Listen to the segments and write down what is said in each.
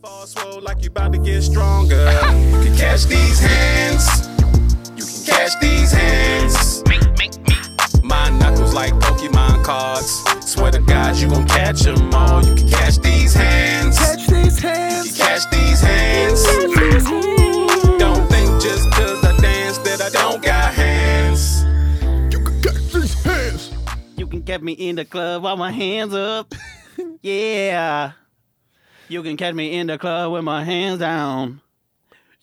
ball swole like you about to get stronger. you can catch these hands. You can catch these hands. My knuckles like Pokemon cards. Swear to God, you gon' catch them all. You can catch these hands. Catch these You hands. can catch these hands. Don't think just 'cause I dance that I don't got hands. You can catch these hands. You can catch me in the club while my hands up. yeah. You can catch me in the club with my hands down.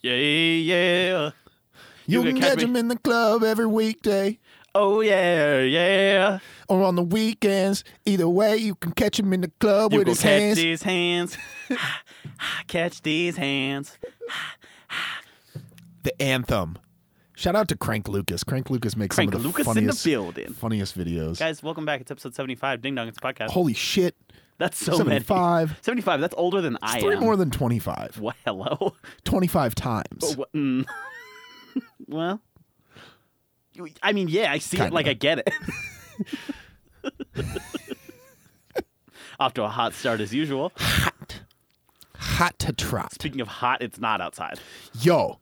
Yeah, yeah. You, can can catch catch me- them in the club every weekday Oh, yeah, yeah. or on the weekends. Either way, you can catch him in the club You with can his catch hands. these hands. catch these hands. The anthem. Shout out to Crank Lucas. Crank Lucas makes Frank some of the Lucas in the funniest, building. funniest videos. Guys, welcome back. It's episode 75, Ding Dong. It's a podcast. Holy shit. That's so many. 75. 75, that's older than I Three am. more than 25. Well, hello. 25 times. Wha- mm. well, you- I mean, yeah, I see it Kinda. like I get it. Off to a hot start as usual. Hot. Hot to trot. Speaking of hot, it's not outside. Yo,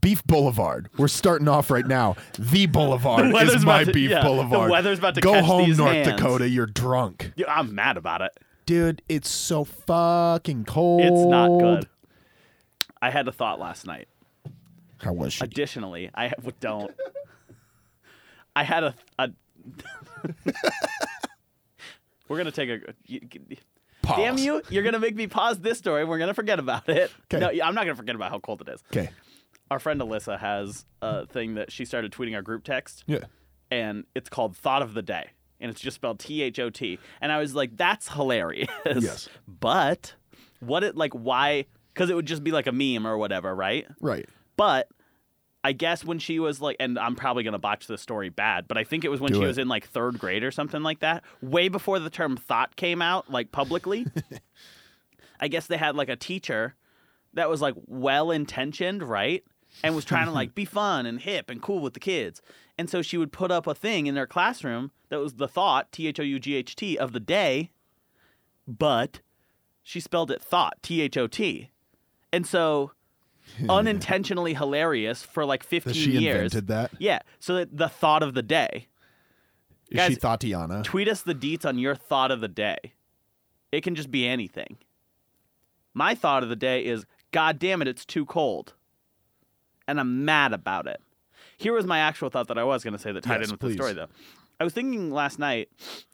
Beef Boulevard. We're starting off right now. The Boulevard weather's is about my to- Beef yeah, the Boulevard. weather's about to Go catch home, these North hands. Dakota. You're drunk. Yeah, I'm mad about it. Dude, it's so fucking cold. It's not good. I had a thought last night. How was she? Additionally, I have, don't. I had a. a we're gonna take a. you- Pause. Damn you! You're gonna make me pause this story. We're gonna forget about it. 'Kay. No, I'm not gonna forget about how cold it is. Okay. Our friend Alyssa has a thing that she started tweeting our group text, Yeah. and it's called "Thought of the Day," and it's just spelled T H O T. And I was like, "That's hilarious." Yes. But what it like? Why? Because it would just be like a meme or whatever, right? Right. But I guess when she was like, and I'm probably going to botch this story bad, but I think it was when Do she it. was in like third grade or something like that, way before the term thought came out, like publicly. I guess they had like a teacher that was like well intentioned, right? And was trying to like be fun and hip and cool with the kids. And so she would put up a thing in their classroom that was the thought, T H O U G H T, of the day, but she spelled it thought, T H O T. And so unintentionally hilarious for like 15 That she years. invented that. Yeah. So that the thought of the day. Is Guys- she Tatiana? Tweet us the deets on your thought of the day. It can just be anything. My thought of the day is God damn it, it's too cold. And I'm mad about it. Here was my actual thought that I was going to say that tied Yes, in with please. the story, though. I was thinking last night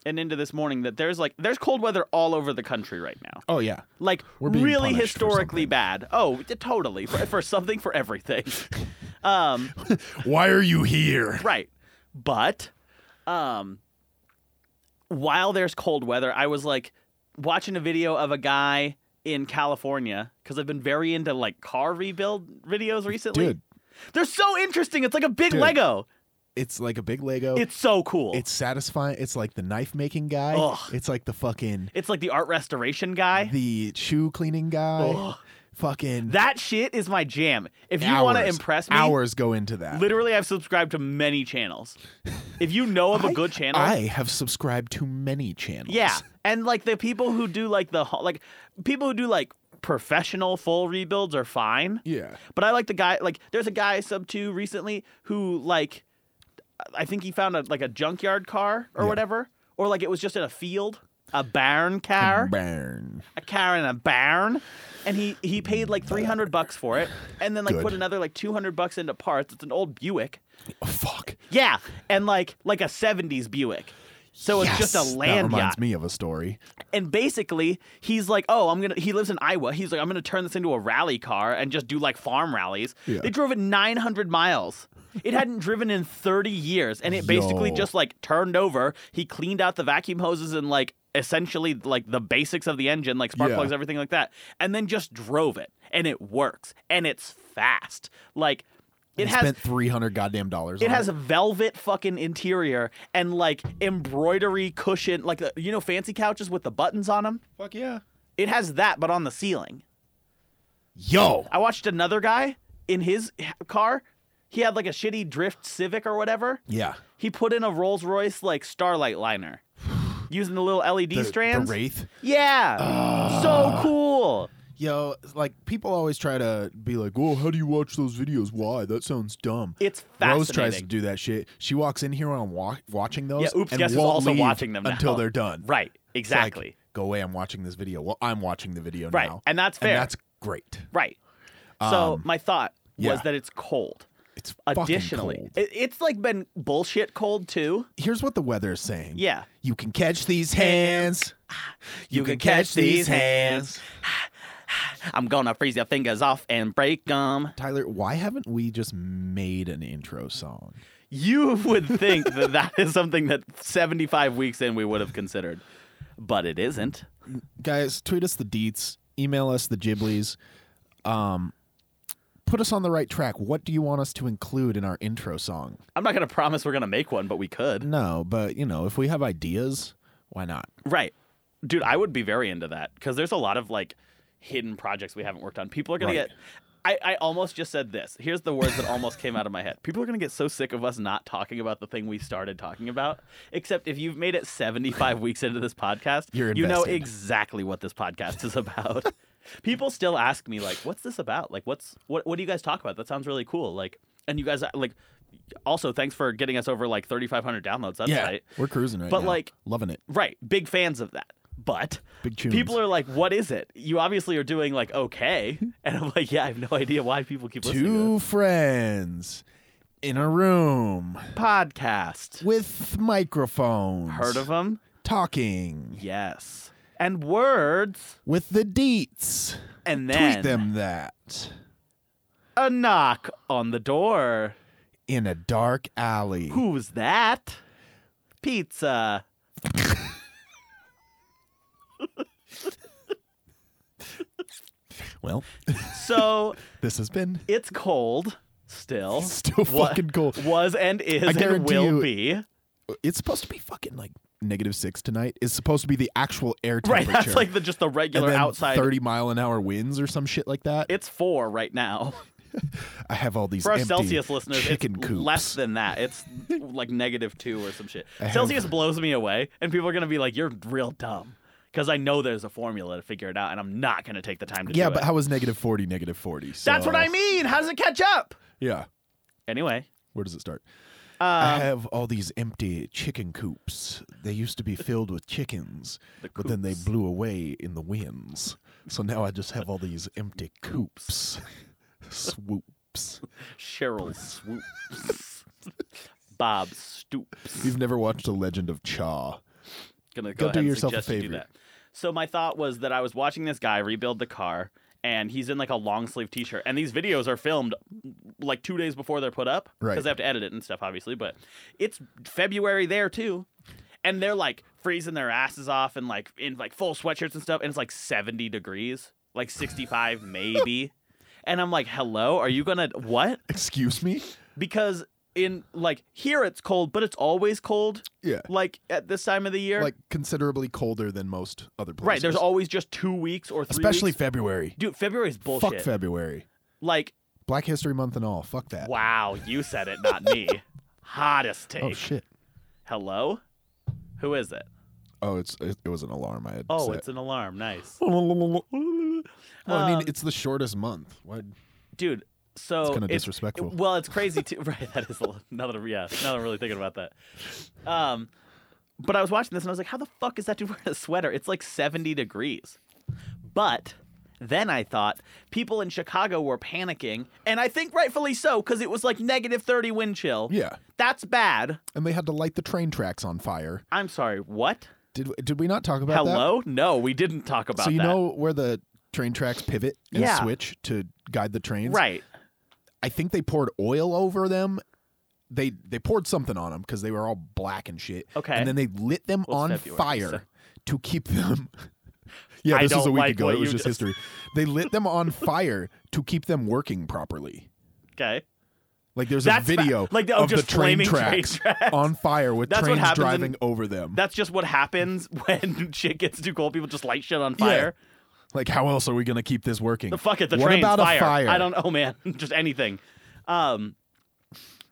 and into this morning that there's like, there's cold weather all over the country right now Oh yeah. like We're being really punished for historically something. bad. Oh, t- totally for, for something for everything. Um, Why are you here? right, but um, while there's cold weather, I was like watching a video of a guy in California because I've been very into like car rebuild videos recently. Dude, They're so interesting. It's like a big Dude. Lego. it's like a big Lego. It's so cool. it's satisfying. It's like the knife making guy. Ugh. It's like the fucking it's like the art restoration guy. the shoe cleaning guy. Ugh. Fucking That shit is my jam. If you want to hours- impress me, Hours go into that. Literally, I've subscribed to many channels. If you know of a good channel, I have subscribed to many channels. yeah, and like the people who do like the ho- like people who do like professional full rebuilds are fine. Yeah. But I like the guy. Like, there's a guy I sub to recently who like, I think he found a like a junkyard car or Yeah. whatever, or like it was just in a field, a barn car, Burn. a car in a barn. And he, he paid like 300 bucks for it and then like Good. put another like 200 bucks into parts. It's an old Buick. Oh, fuck. Yeah, and like like a '70s Buick. So it's just Yes! a land That reminds yacht. me of a story. And basically, he's like, "Oh, I'm gonna." He lives in Iowa. He's like, "I'm gonna turn this into a rally car and just do like farm rallies." Yeah. They drove it 900 miles. It hadn't driven in 30 years, and it basically Yo. just like turned over. He cleaned out the vacuum hoses and like essentially like the basics of the engine, like spark Yeah. plugs, everything like that, and then just drove it. And it works, and it's fast. Like it I has spent 300 goddamn dollars on it has it. a velvet fucking interior and like embroidery cushion, like the, you know fancy couches with the buttons on them. Fuck yeah. It has that, but on the ceiling. Yo. I watched another guy in his h- car. He had like a shitty drift Civic or whatever. Yeah. He put in a Rolls Royce like Starlight liner, using the little E LED The, the strands. Wraith. yeah, so cool. Yo, like people always try to be like, "Well, how do you watch those videos? Why? That sounds dumb." It's Rose tries to fascinating. do that shit. She walks in here while I'm wa- watching those. Yeah, oops, and guess who's won't also leave watching them now. until they're done. Right. It's like, Exactly. Go away. I'm watching this video. Well, I'm watching the video Right, now, and that's fair. And that's great. right. So Um, my thought was yeah. that it's cold. It's fucking Additionally, cold. It, it's like been bullshit cold too. Here's what the weather is saying. Yeah. You can catch these hands. You can catch these hands. I'm gonna freeze your fingers off and break them. Tyler, why haven't we just made an intro song? You would think that that is something that 75 weeks in we would have considered, but it isn't. Guys, tweet us the deets, email us the giblies. Um put us on the right track. What do you want us to include in our intro song? I'm not gonna promise we're gonna make one, but we could. No, but you know, if we have ideas, why not? Right. Dude, I would be very into that because there's a lot of like hidden projects we haven't worked on. People are going Right. to get. I, I almost just said this. Here's the words that almost came out of my head. People are going to get so sick of us not talking about the thing we started talking about. Except if you've made it 75 weeks into this podcast, You're you know invested. exactly what this podcast is about. People still ask me like, "What's this about? Like, what's what? What do you guys talk about? That sounds really cool." Like, and you guys like, also thanks for getting us over like 3,500 downloads. That's right. We're cruising right But, now. like- loving it. Right. Big fans of that. But Big tunes. people are like, what is it? You obviously are doing like okay. And I'm like, yeah, I have no idea why people keep listening to Two friends in a room this podcast. with microphones. Heard of them? talking Yes. And words. with the deets. And then Tweet them that a knock on the door. in a dark alley. Who's that? Pizza. Well, So this has been it's cold still. Still Wa- fucking cold. Was and is and guarantee will you- be. it's supposed to be fucking like negative six tonight. It's supposed to be the actual air Right. temperature. That's like the just the and regular then outside. thirty mile an hour winds or some shit like that. It's four right now. I have all these For our empty Celsius listeners, chicken it's coops. less than that. It's like negative two or some shit. have- Celsius blows me away, and people are gonna be like, "You're real dumb," because I know there's a formula to figure it out, and I'm not gonna take the time to yeah, do but it. how was negative forty negative forty? So, That's what I mean. How does it catch up? Yeah. Anyway, Where does it start? I uh, have all these empty chicken coops. They used to be filled with chickens, The but then they coops. blew away in the winds. So now I just have all these empty coops. Swoops. Cheryl swoops. Bob stoops. You've never watched The Legend of Cha. Gonna Go go, ahead do and yourself a suggest you do favor. that. So my thought was that I was watching this guy rebuild the car, and he's in like a long sleeve T-shirt, and these videos are filmed like two days before they're put up Right. because they have to edit it and stuff, obviously. But it's February there too, and they're like freezing their asses off and like in like full sweatshirts and stuff, and it's like seventy degrees, like sixty-five maybe, and I'm like, hello, are you gonna what? Excuse me? Because in like here it's cold, but it's always cold. Yeah. Like at this time of the year, Like considerably colder than most other places. Right. There's always just two weeks or three. especially weeks. February. dude. February's bullshit. Fuck February. Like, Black History Month and all. Fuck that. wow, you said it, not me. Hottest take. Oh shit. Hello. Who is it? Oh, it's it, it was an alarm I had. Oh, set. it's an alarm. Nice, Well, I Um, mean, it's the shortest month. Why? dude. So It's kinda disrespectful. well, it's crazy too. Right. That is a little- now that I'm- yeah. Now that I'm really thinking about that. Um, but I was watching this and I was like, how the fuck is that dude wearing a sweater? It's like 70 degrees. But then I thought people in Chicago were panicking, and I think rightfully so, because it was like negative 30 wind chill. Yeah. That's bad. And they had to light the train tracks on fire. I'm sorry. What? Did did we not talk about that? Hello? No, we didn't talk about So you that. know where the train tracks pivot and Yeah. switch to guide the trains? right. I think they poured oil over them. They they poured something on them because they were all black and shit. Okay. And then they lit them Well, on it's February, fire so- to keep them. yeah, I this was a don't week like ago. what It was you just, just- history. They lit them on fire to keep them working properly. Okay. Like there's That's a fa- video like, oh, of just the train flaming train tracks, tracks. on fire with That's what trains happens in- driving over them. That's just what happens when shit gets too cold. People just light shit on fire. Like how else are we gonna keep this working? The fuck it, the what train about fire. a fire? I don't know, man. Just anything. Um,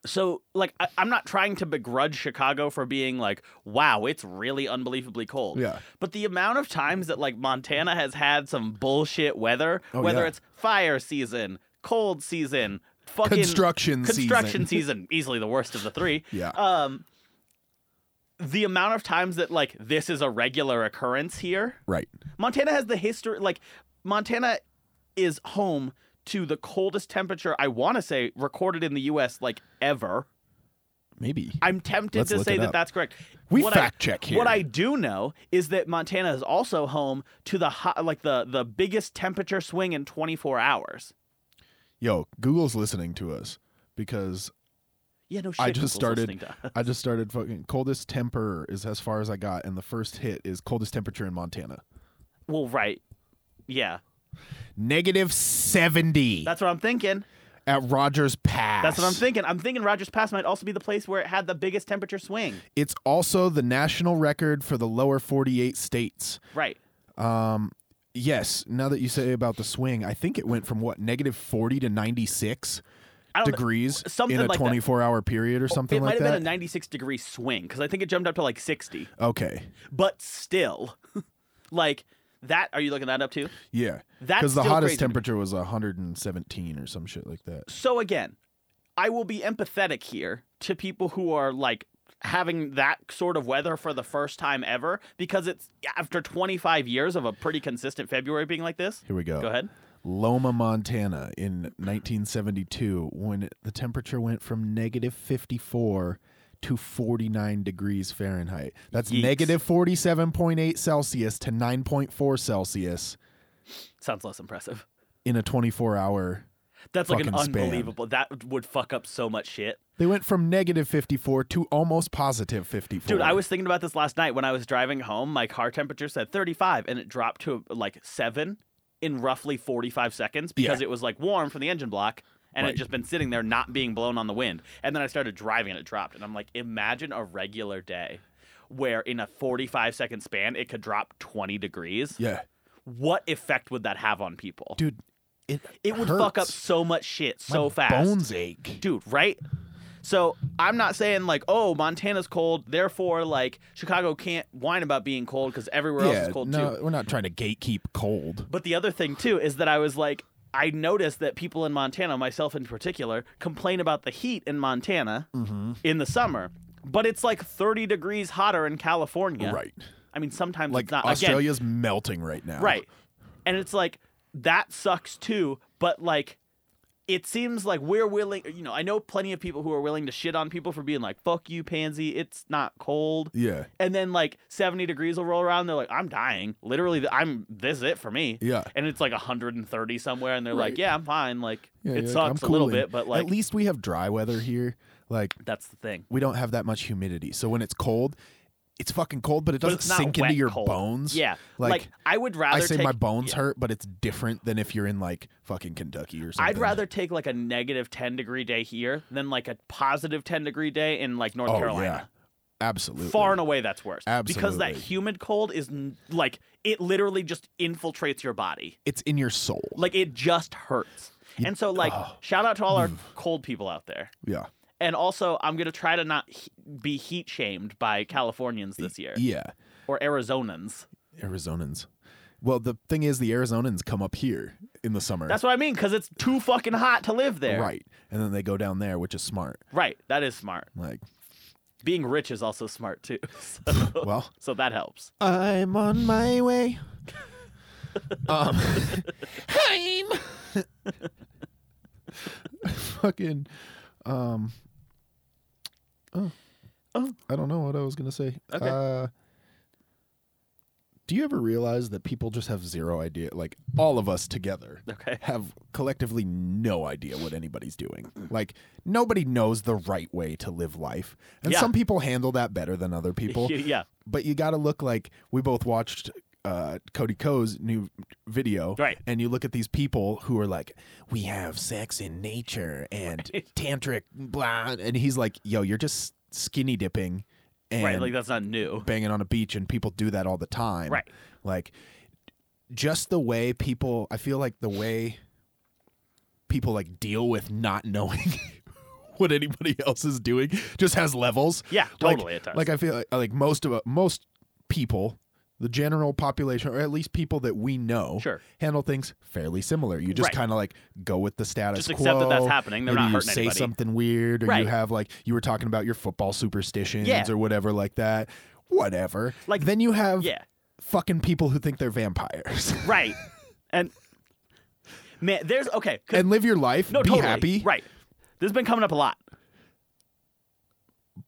so like I, i'm not trying to begrudge chicago for being like wow it's really unbelievably cold Yeah. but the amount of times that like montana has had some bullshit weather Oh, whether yeah. it's fire season cold season fucking Construction season. construction season easily the worst of the three Yeah. um the amount of times that like this is a regular occurrence here Right. Montana has the history. Like Montana is home to the coldest temperature I want to say recorded in the U.S. like ever. Maybe. I'm tempted Let's to look say it that up. that's correct. We What I- fact check here. What I do know is that Montana is also home to the hot, like the the biggest temperature swing in 24 hours. Yo, Google's listening to us because Yeah, no shit. I just Google's listening started. to- I just started fucking coldest temper is as far as I got, and the first hit is coldest temperature in Montana. well, right. Yeah, Negative seventy that's what I'm thinking. at Rogers Pass. That's what I'm thinking. I'm thinking Rogers Pass might also be the place where it had the biggest temperature swing. It's also the national record for the lower forty-eight states. Right. Yes. Now that you say about the swing, I think it went from what negative forty to ninety-six I don't know. degrees something in a like that. Oh, twenty-four hour period or something it might like have that. been a 96 degree swing because I think it jumped up to like 60. okay. But still, like that. Are you looking that up too? Yeah. That's the still hottest crazy to me. temperature was hundred and seventeen or some shit like that. So again, I will be empathetic here to people who are like having that sort of weather for the first time ever because it's after 25 years of a pretty consistent February being like this. Here we go. Go ahead. Loma, Montana in 1972 when the temperature went from negative 54 to 49 degrees Fahrenheit. That's Yeeks. negative 47.8 Celsius to 9.4 Celsius Sounds less impressive. in a 24 hour. That's like an Fucking span. unbelievable. That would fuck up so much shit. They went from negative 54 to almost positive 54. Dude, I was thinking about this last night when I was driving home. My car temperature said 35 and it dropped to like 7 in roughly 45 seconds because Yeah. it was like warm from the engine block and Right. it just been sitting there not being blown on the wind. And then I started driving and it dropped and I'm like, "Imagine a regular day where in a 45 second span it could drop 20 degrees. Yeah. What effect would that have on people?" Dude, it it would fuck up so much shit My so fast Bones ache. dude, right? So I'm not saying like, oh, Montana's cold, therefore like Chicago can't whine about being cold because everywhere else yeah, is cold no, too. we're not trying to gatekeep cold. But the other thing too is that I was like, I noticed that people in Montana, myself in particular, complain about the heat in Montana Mm-hmm. in the summer, but it's like 30 degrees hotter in California. Right. I mean, sometimes Like it's not. Again, Australia's melting right now. Right. And it's like that sucks too, but like it seems like we're willing, you know, I know plenty of people who are willing to shit on people for being like fuck you pansy, it's not cold. Yeah. And then like 70 degrees will roll around and they're like I'm dying. Literally th- I'm this is it for me. Yeah. And it's like 130 somewhere and they're like Right. yeah, I'm fine. Like Yeah, it you're like, sucks I'm a little cooling. bit, but like at least we have dry weather here. Like that's the thing. we don't have that much humidity, so when it's cold, it's fucking cold, but it But doesn't it's not sink wet into your cold. bones. Yeah. like, Like, I would rather I say take, my bones yeah. hurt, but it's different than if you're in like fucking Kentucky or something. I'd rather take like a negative 10 degree day here than like a positive 10 degree day in like North Oh Carolina. yeah, absolutely. Far and away, that's worse. Because that Absolutely. humid cold is n- like it literally just infiltrates your body. it's in your soul. Like it just hurts. And so, like, oh. shout out to all our Mm. cold people out there. yeah, And also, I'm gonna try to not he- be heat shamed by Californians this year yeah. or Arizonans. Arizonans. Well, the thing is, the Arizonans come up here in the summer. That's what I mean, because it's too fucking hot to live there. right, and then they go down there, which is smart. Right. That is smart. Like, Being rich is also smart too. So, well, so that helps. I'm on my way. um, I'm fucking. Um, oh, Oh. I don't know what I was gonna say. Okay. Uh, do you ever realize that people just have zero idea? Like all of us together Okay. have collectively no idea what anybody's doing. Like nobody knows the right way to live life, and Yeah. some people handle that better than other people yeah. but you got to look like we both watched uh, Cody Ko's new video, Right. And you look at these people who are like, "We have sex in nature and tantric blah," and he's like, "Yo, you're just skinny dipping and Right. Like that's not new. banging on a beach, and people do that all the time, Right. Like, just the way people, I feel like the way people like deal with not knowing what anybody else is doing. Just has levels. Yeah, Like- totally it does. Like I feel like, like most of most people, the general population, or at least people that we know, Sure. handle things fairly similar. You just Right. kind of like go with the status Just accept that quo. that's happening. They're Maybe not you hurting say anybody. something weird, or Right. you have like you were talking about your football superstitions Yeah. or whatever like that. Whatever. Like- then you have yeah. fucking people who think they're vampires Right. And man, there's okay. 'cause- and live your life, no, be totally. happy, Right. This has been coming up a lot.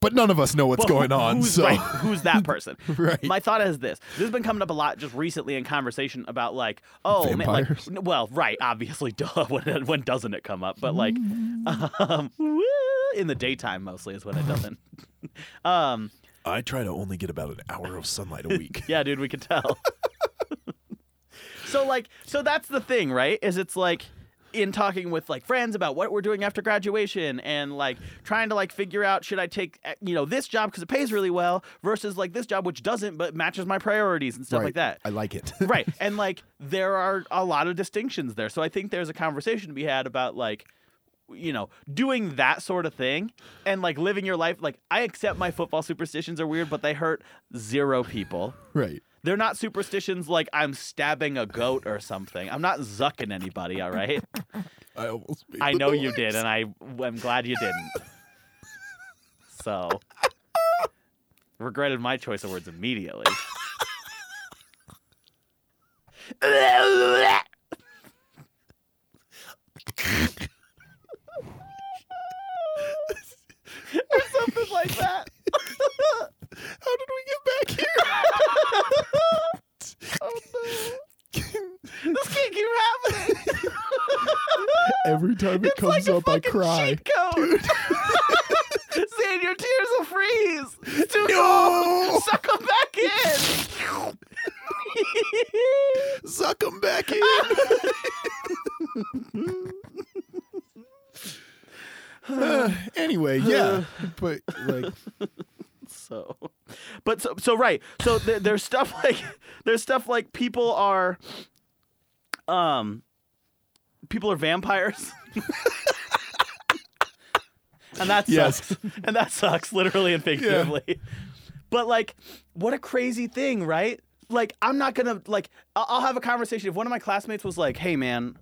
but none of us know what's Well, going who- on. Who's, So right, who's that person? Right. My thought is this: this has been coming up a lot just recently in conversation about like, oh, man, like, Vampires. n- well, right, obviously, duh. When, when doesn't it come up? But like, Mm. um, in the daytime mostly is when it doesn't. um, I try to only get about an hour of sunlight a week. yeah, dude, we could tell. so like, so that's the thing, right? Is it's like in talking with like friends about what we're doing after graduation and like trying to like figure out should I take eh, you know this job because it pays really well versus like this job which doesn't but matches my priorities and stuff right. like that. I like it. right. And like there are a lot of distinctions there. So I think there's a conversation to be had about like you know, doing that sort of thing and like living your life like I accept my football superstitions are weird but they hurt zero people. right. They're not superstitions like I'm stabbing a goat or something. I'm not zucking anybody, all right? I almost. made I the know you noise. did, and I, I'm glad you didn't. So, regretted my choice of words immediately. or something like that. How did we get back Oh, here? This can't keep happening. Every time it It's like comes a up, I fucking cry. cheat code. Zane, your tears will freeze. It's too No, cold. Suck them back in. suck them back in. Uh, anyway, yeah, but like, so, but so, so right. So there, there's stuff like there's stuff like people are, um, people are vampires. And that Yes. sucks. And that sucks, literally and figuratively. But like, what a crazy thing, right? Like, I'm not gonna like. I- I'll have a conversation. If one of my classmates was like, "Hey, man,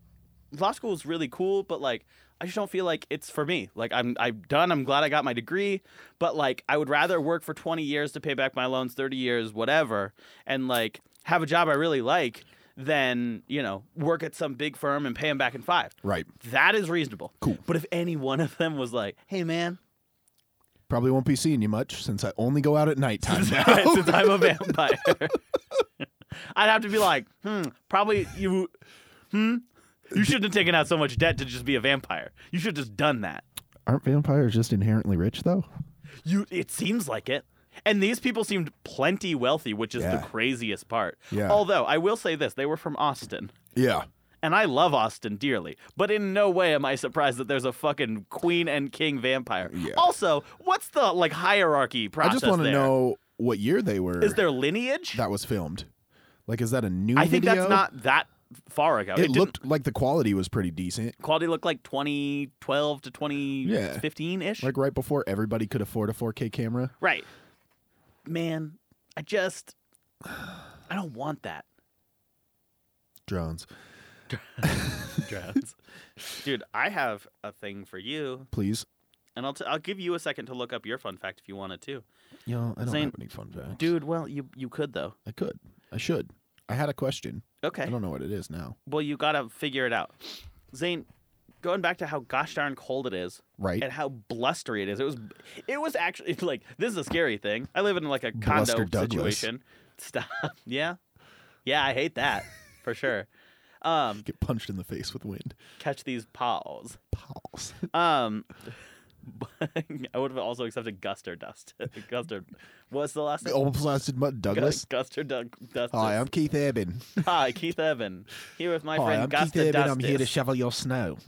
law school is really cool, but like, I just don't feel like it's for me. Like, I'm I'm done. I'm glad I got my degree, but like, I would rather work for 20 years to pay back my loans, 30 years, whatever, and like have a job I really like." than you know, work at some big firm and pay them back in five. right, That is reasonable. Cool. But if any one of them was like, "Hey, man, probably won't be seeing you much since I only go out at nighttime now. Right, since I'm a vampire. I'd have to be like, hmm, probably you, hmm, you shouldn't have taken out so much debt to just be a vampire. You should have just done that. Aren't vampires just inherently rich though? You, it seems like it. And these people seemed plenty wealthy, which is the Yeah. craziest part. Yeah. Although I will say this, they were from Austin. Yeah, And I love Austin dearly, but in no way am I surprised that there's a fucking queen and king vampire. Uh, Yeah. Also, what's the like hierarchy I process? just want to there? know what year they were. is there lineage? that was filmed? Like, is that a new? I think video? that's not that far ago. It, didn't- looked like the quality was pretty decent, quality looked like 2012 to 2015 ish. like right before everybody could afford a 4K camera. right. Man, I just I don't want that. Drones, Drowns. Dude, I have a thing for you, please. and I'll t- I'll give you a second to look up your fun fact if you wanted to. You know, I don't Zane, have any fun facts. Dude, well, you you could though. I could. I should. I had a question. I Okay. don't know what it is now. Well, you got to figure it out. Zane, going back to how gosh darn cold it is, Right? and how blustery it is. It was, it was actually it's like this is a scary thing. I live in like a condo Bluster Douglas. situation. Stop. Yeah, yeah, I hate that for sure. Um, Get punched in the face with wind. catch these paws. Pause. Um, I would have also accepted Guster Dust. Guster, what's the last name? Old-blasted mud Gu- Douglas. Guster Doug Dustus. Oh Hi, I'm Keith Eben. Hi, Keith Evan. Here with my Hi, friend I'm Keith Guster Eben. Dustus. I'm here to shovel your snow.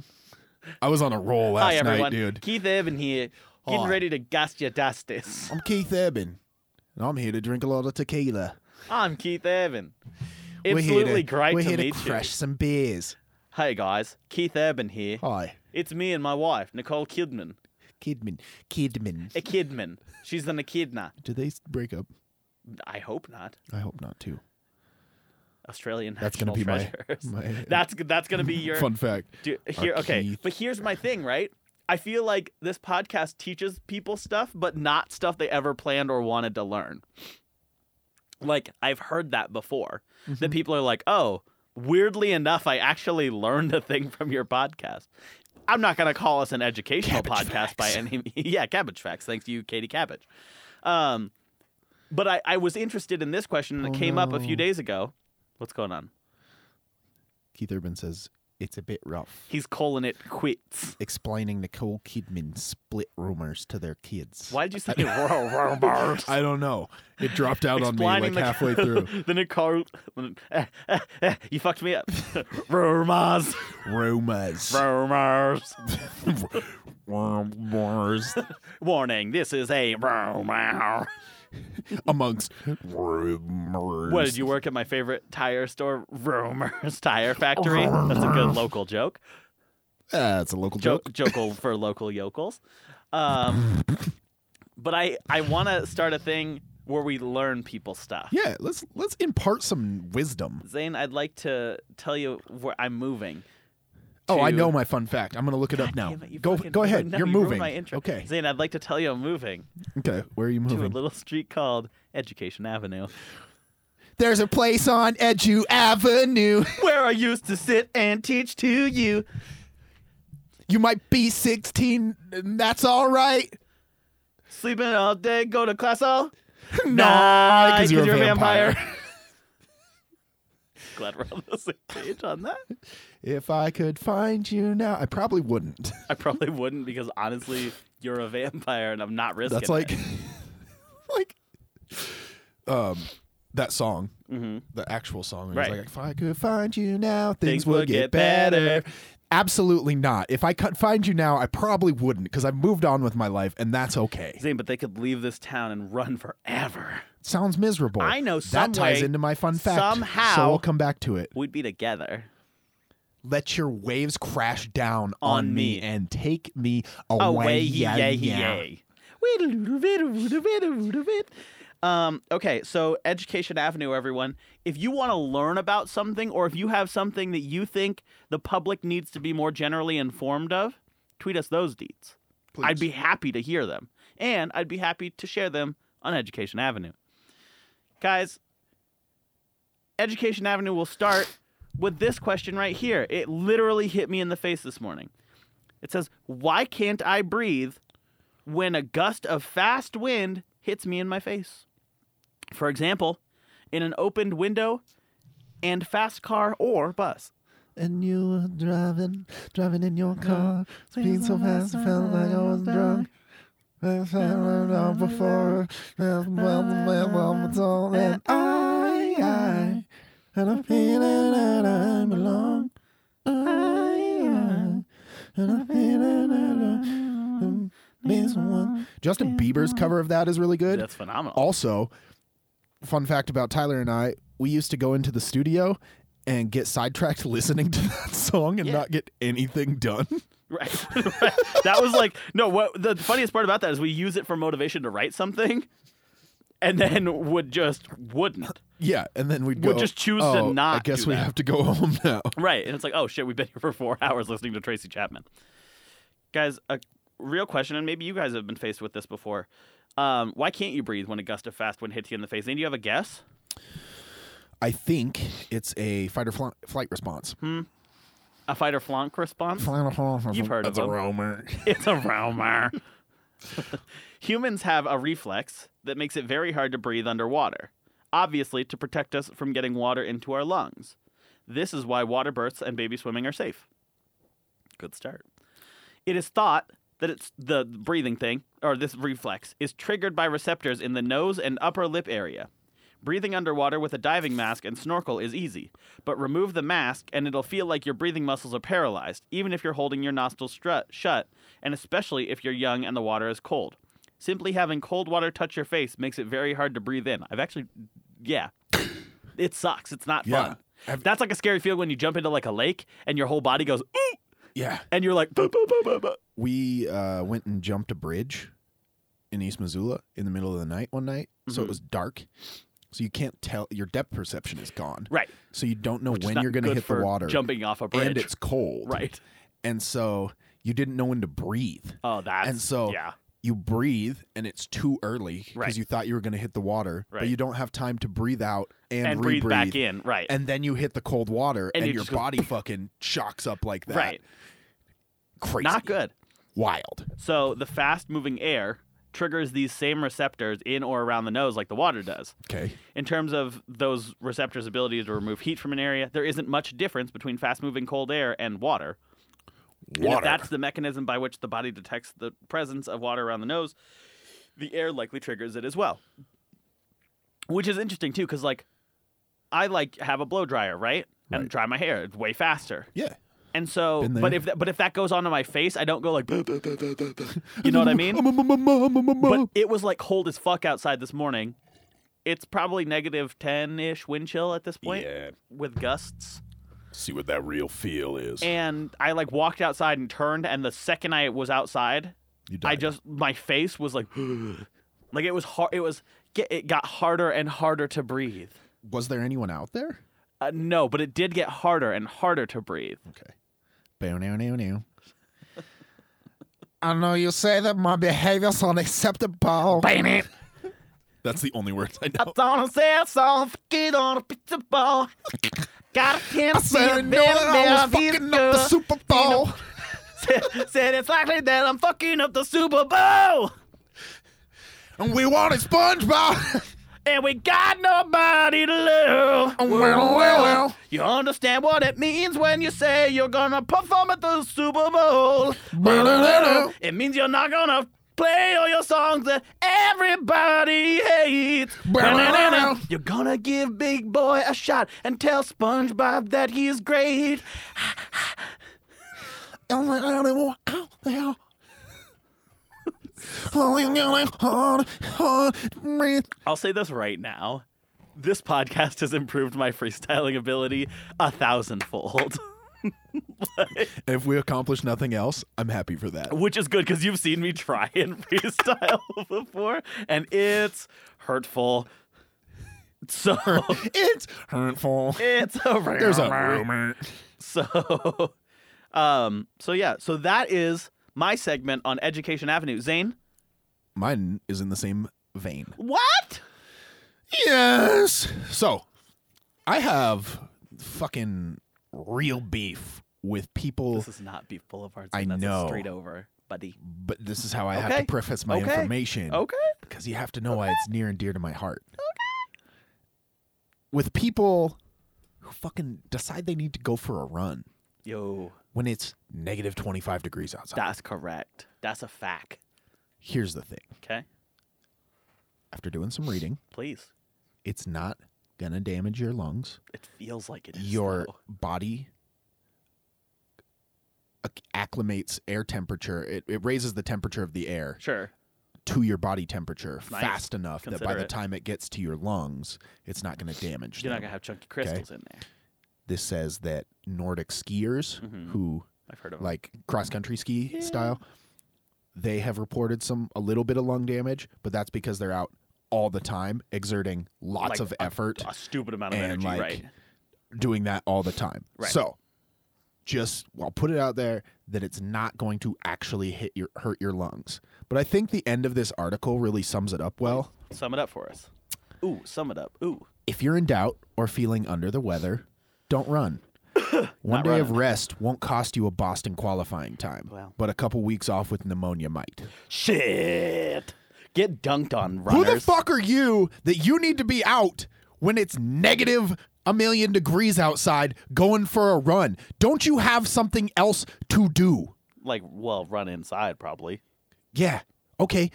I was on a roll last Hi everyone, night, dude. Keith Evan here, getting Hi. ready to Guster Dustus. I'm Keith Eben, and I'm here to drink a lot of tequila. I'm Keith Evan. We're here Absolutely great we're to here meet to you. crash some beers. Hey guys, Keith Urban here. Hi. It's me and my wife, Nicole Kidman. Kidman. Kidman. A kidman. She's an echidna. Do they s- break up? I hope not. I hope not too. Australian That's gonna national be my- treasures. my- uh, that's that's gonna be your Fun fact. Do, here, Our okay, Keith. but here's my thing, right? I feel like this podcast teaches people stuff, but not stuff they ever planned or wanted to learn. Like I've heard that before, Mm-hmm. that people are like, "Oh, weirdly enough, I actually learned a thing from your podcast." I'm not gonna call us an educational Cabbage podcast by facts. any. yeah, cabbage facts. Thanks to you, Katie Cabbage. Um, but I, I was interested in this question, and it Oh, came up a few no. days ago. What's going on? Keith Urban says it's a bit rough. He's calling it quits. Explaining Nicole Kidman split rumors to their kids. Why did you say rumors? I don't know. It dropped out on me like Explaining the- halfway through. the Nicole, eh, you fucked me up. rumors, Rumors. rumors. Rumors. Warning: This is a rumor. Amongst rumors. What did you work at my favorite tire store? Rumors Tire Factory. That's a good local joke. Ah, it's a local joke. Joke, joke for local yokels. Um, but I, I want to start a thing where we learn people stuff. Yeah, let's let's impart some wisdom. Zane, I'd like to tell you where I'm moving. Oh, I to- know my fun fact. I'm gonna look it up now. Damn it, you go fucking- go ahead. no, You're you ruined moving. My intro. Okay. Zane, I'd like to tell you I'm moving Okay. Where are you to a moving? little street called Education Avenue, There's a place on Edu Avenue. where I used to sit and teach to you. You might be 16. And that's all right. Sleeping all day, go to class all Nah, night, 'cause you're a vampire. Glad we're on the same page on that. If I could find you now, I probably wouldn't. I probably wouldn't because honestly, you're a vampire and I'm not risking. That's like, like, um, that song, hmm the actual song. It Right. was like, if I could find you now, things, Things would would get, get better. better. Absolutely not. If I could find you now, I probably wouldn't because I've moved on with my life, and that's okay. Zane, but they could leave this town and run forever. Sounds miserable. I know some that ties way, into my fun fact. so somehow- we'll come back to it. We'd be together. Let your waves crash down on, On me. me. and take me away. away Oh, yeah, Oh, yay yeah. yay. Um, okay, so Education Avenue, everyone. If you want to learn about something, or if you have something that you think the public needs to be more generally informed of, tweet us those deeds. I'd be happy to hear them, and I'd be happy to share them on Education Avenue. Guys, Education Avenue will start with this question right here. It literally hit me in the face this morning. It says, Why can't I breathe when a gust of fast wind hits me in my face? For example, in an opened window and fast car or bus. And you were driving, driving in your car, speeding so fast I felt like I was drunk. I fell out before, and well, well, well, it's all that I, I, and I'm feeling that I belong. I, I, and I'm feeling that I miss one. Justin Bieber's Mm-hmm. cover of that is really good. That's phenomenal. Also, fun fact about Tyler and I, we used to go into the studio and get sidetracked listening to that song and Yeah. not get anything done. Right. right. That was like no. What the funniest part about that is we use it for motivation to write something, and then would just wouldn't. yeah, and then we'd We'll go, just choose to oh, I not guess do we that." have to go home now. Right. And it's like, oh shit, we've been here for four hours listening to Tracy Chapman. Guys, a real question, and maybe you guys have been faced with this before. Um, why can't you breathe when a gust of fast wind hits you in the face? And do you have a guess? I think it's a fight or fl- flight response. A fight or flank response? Hmm. You've heard of That's a them. rumor. It's a Romer. Humans have a reflex that makes it very hard to breathe underwater, obviously, to protect us from getting water into our lungs. This is why water births and baby swimming are safe. Good start. It is thought that it's the breathing thing, or this reflex, is triggered by receptors in the nose and upper lip area. Breathing underwater with a diving mask and snorkel is easy, but remove the mask and it'll feel like your breathing muscles are paralyzed, even if you're holding your nostrils strut- shut, and especially if you're young and the water is cold. Simply having cold water touch your face makes it very hard to breathe in. I've actually, yeah, it sucks. It's not Yeah. fun. That's like a scary feeling when you jump into like a lake and your whole body goes, ooh, Yeah. and you're like, "Buh, buh, buh, buh, buh." we uh, went and jumped a bridge in East Missoula in the middle of the night one night. So it Mhm. was dark. So you can't tell your depth perception is gone. right? So you don't know Which is when not you're going to good hit the for water. jumping off a bridge, and it's cold. right? And so you didn't know when to breathe. Oh, that's and so yeah, you breathe and it's too early because Right. you thought you were going to hit the water, but Right. you don't have time to breathe out and, and, breathe rebreathe. back in, right? And then you hit the cold water and, And it your just goes body fucking shocks up like that. right? Crazy. Not good. Wild. So the fast-moving air triggers these same receptors in or around the nose, like the water does. Okay. In terms of those receptors' ability to remove heat from an area, there isn't much difference between fast-moving cold air and water. And if Water. that's the mechanism by which the body detects the presence of water around the nose, the air likely triggers it as well. Which is interesting too, because like I like have a blow dryer, right? And Right. dry my hair. It's way faster. yeah. And so, Been there. but if that, but if that goes onto my face, I don't go like, you know what I mean? But it was like cold as fuck outside this morning. It's probably negative ten ish wind chill at this point yeah. with gusts. See what that real feel is. And I like walked outside and turned, and the second I was outside, you died. I just my face was like, like it was hard. It was get it got harder and harder to breathe. was there anyone out there? Uh, no, but it did get harder and harder to breathe. Okay. Bow, now, now, now. I know you say that my behavior's unacceptable. Bam it. That's the only words I I know. don't say so. Get on a pizza ball. Got a I tendency said I to know build that I was up these fucking up the girls. Super Bowl. Said- Said it's likely that I'm fucking up the Super Bowl. And we wanted SpongeBob. And we got nobody to love. well, well, well. You understand what it means when you say you're gonna perform at the Super Bowl. It means you're not gonna play all your songs that everybody hates. You're gonna give Big Boy a shot and tell SpongeBob that he's great. Only animal out there. Only animal hard, hard to breathe. I'll say this right now. This podcast has improved my freestyling ability a thousandfold. If we accomplish nothing else, I'm happy for that. Which is good because you've seen me try and freestyle before, and it's hurtful. So It's hurtful. it's a There's a rumor. so um so yeah so that is my segment on Education Avenue. Zane, Mine is in the same vein. what? Yes. So, I have fucking real beef with people, This is not Beef Boulevard. I Zane. That's a know. straight over, buddy. but this is how I have Okay. to preface my Okay. Oh. information. Okay. because you have to know why it's near and dear to my heart. Okay. Oh, With people who fucking decide they need to go for a run Yo, when it's negative 25 degrees outside. that's correct. That's a fact. Here's the thing Okay, after doing some reading, please. it's not gonna damage your lungs, It feels like it is your though. body acc- acclimates air temperature it, it raises the temperature of the air Sure. to your body temperature Nice. fast enough that by Consider the it. time it gets to your lungs it's not going to damage You're not them. gonna have chunky crystals in there. this says that Nordic skiers Mhm. who I've heard of 'em. like cross country ski style, they have reported some a little bit of lung damage, but that's because they're out all the time exerting lots Like of effort a stupid amount of and energy, like right? doing that all the time. Right. So just I'll put it out there that it's not going to actually hit your hurt your lungs. But I think the end of this article really sums it up well. Sum it up for us. Ooh, sum it up. Ooh, If you're in doubt or feeling under the weather, don't run. One Not day of running. rest won't cost you a Boston qualifying time, Wow. but a couple weeks off with pneumonia might. shit! Get dunked on, Who runners. the fuck are you that you need to be out when it's negative a million degrees outside going for a run? Don't you have something else to do? Like, well, run inside probably, Yeah. Okay.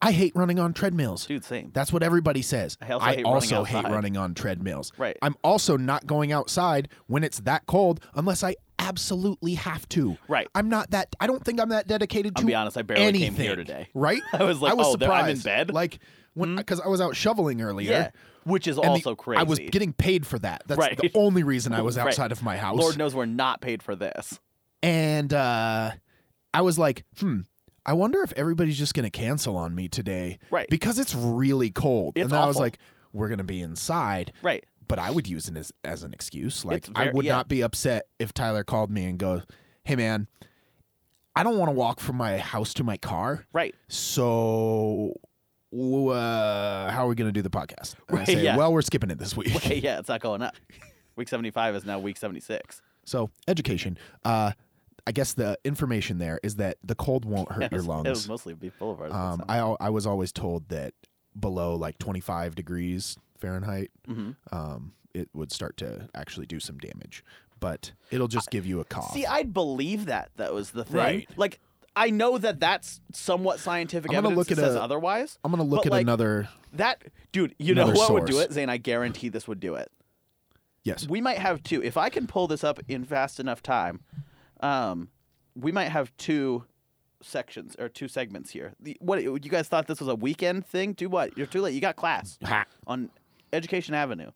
I hate running on treadmills. dude. Same. That's what everybody says. I also hate running also hate outside. running on treadmills. Right. I'm also not going outside when it's that cold unless I absolutely have to. Right. I'm not that. I don't think I'm that dedicated to. I'll be honest. I barely anything, came here today. Right. I was like, I was oh, there- surprised. I'm in bed? Hmm? Like when because I was out shoveling earlier. Yeah, which is and the- also crazy. I was getting paid for that. That's Right. the only reason I was Right. outside of my house. Lord knows we're not paid for this. and uh, I was like, hmm. I wonder if everybody's just going to cancel on me today, Right. Because it's really cold, It's and then I was awful. like, we're going to be inside, Right. but I would use it as, as an excuse. Like It's I ver- would yeah. not be upset if Tyler called me and goes, "Hey man, I don't want to walk from my house to my car, Right. so uh, how are we going to do the podcast?" And I Right, say, yeah. "Well, we're skipping it this week." Hey, yeah, it's not going up. Week 75 is now week 76. So education. Uh, I guess the information there is that the cold won't hurt It your was- It was lungs. mostly beef boulevard. Um, I al- I was always told that below like 25 degrees Fahrenheit, Mhm. um, it would start to actually do some damage, but it'll just give you a cough. See, I'd believe that. That was the thing. Right. Like, I know that that's somewhat scientific I'm gonna evidence look that at says a- otherwise. I'm gonna look But, at like, another. That, dude, you know Another what would do source. it? Zane, I guarantee this would do it. Yes. We might have two. If I can pull this up in fast enough time, um, we might have two sections or two segments here. The, what you guys thought this was a weekend thing? Do what? You're too late. You got class Ha. on Education Avenue.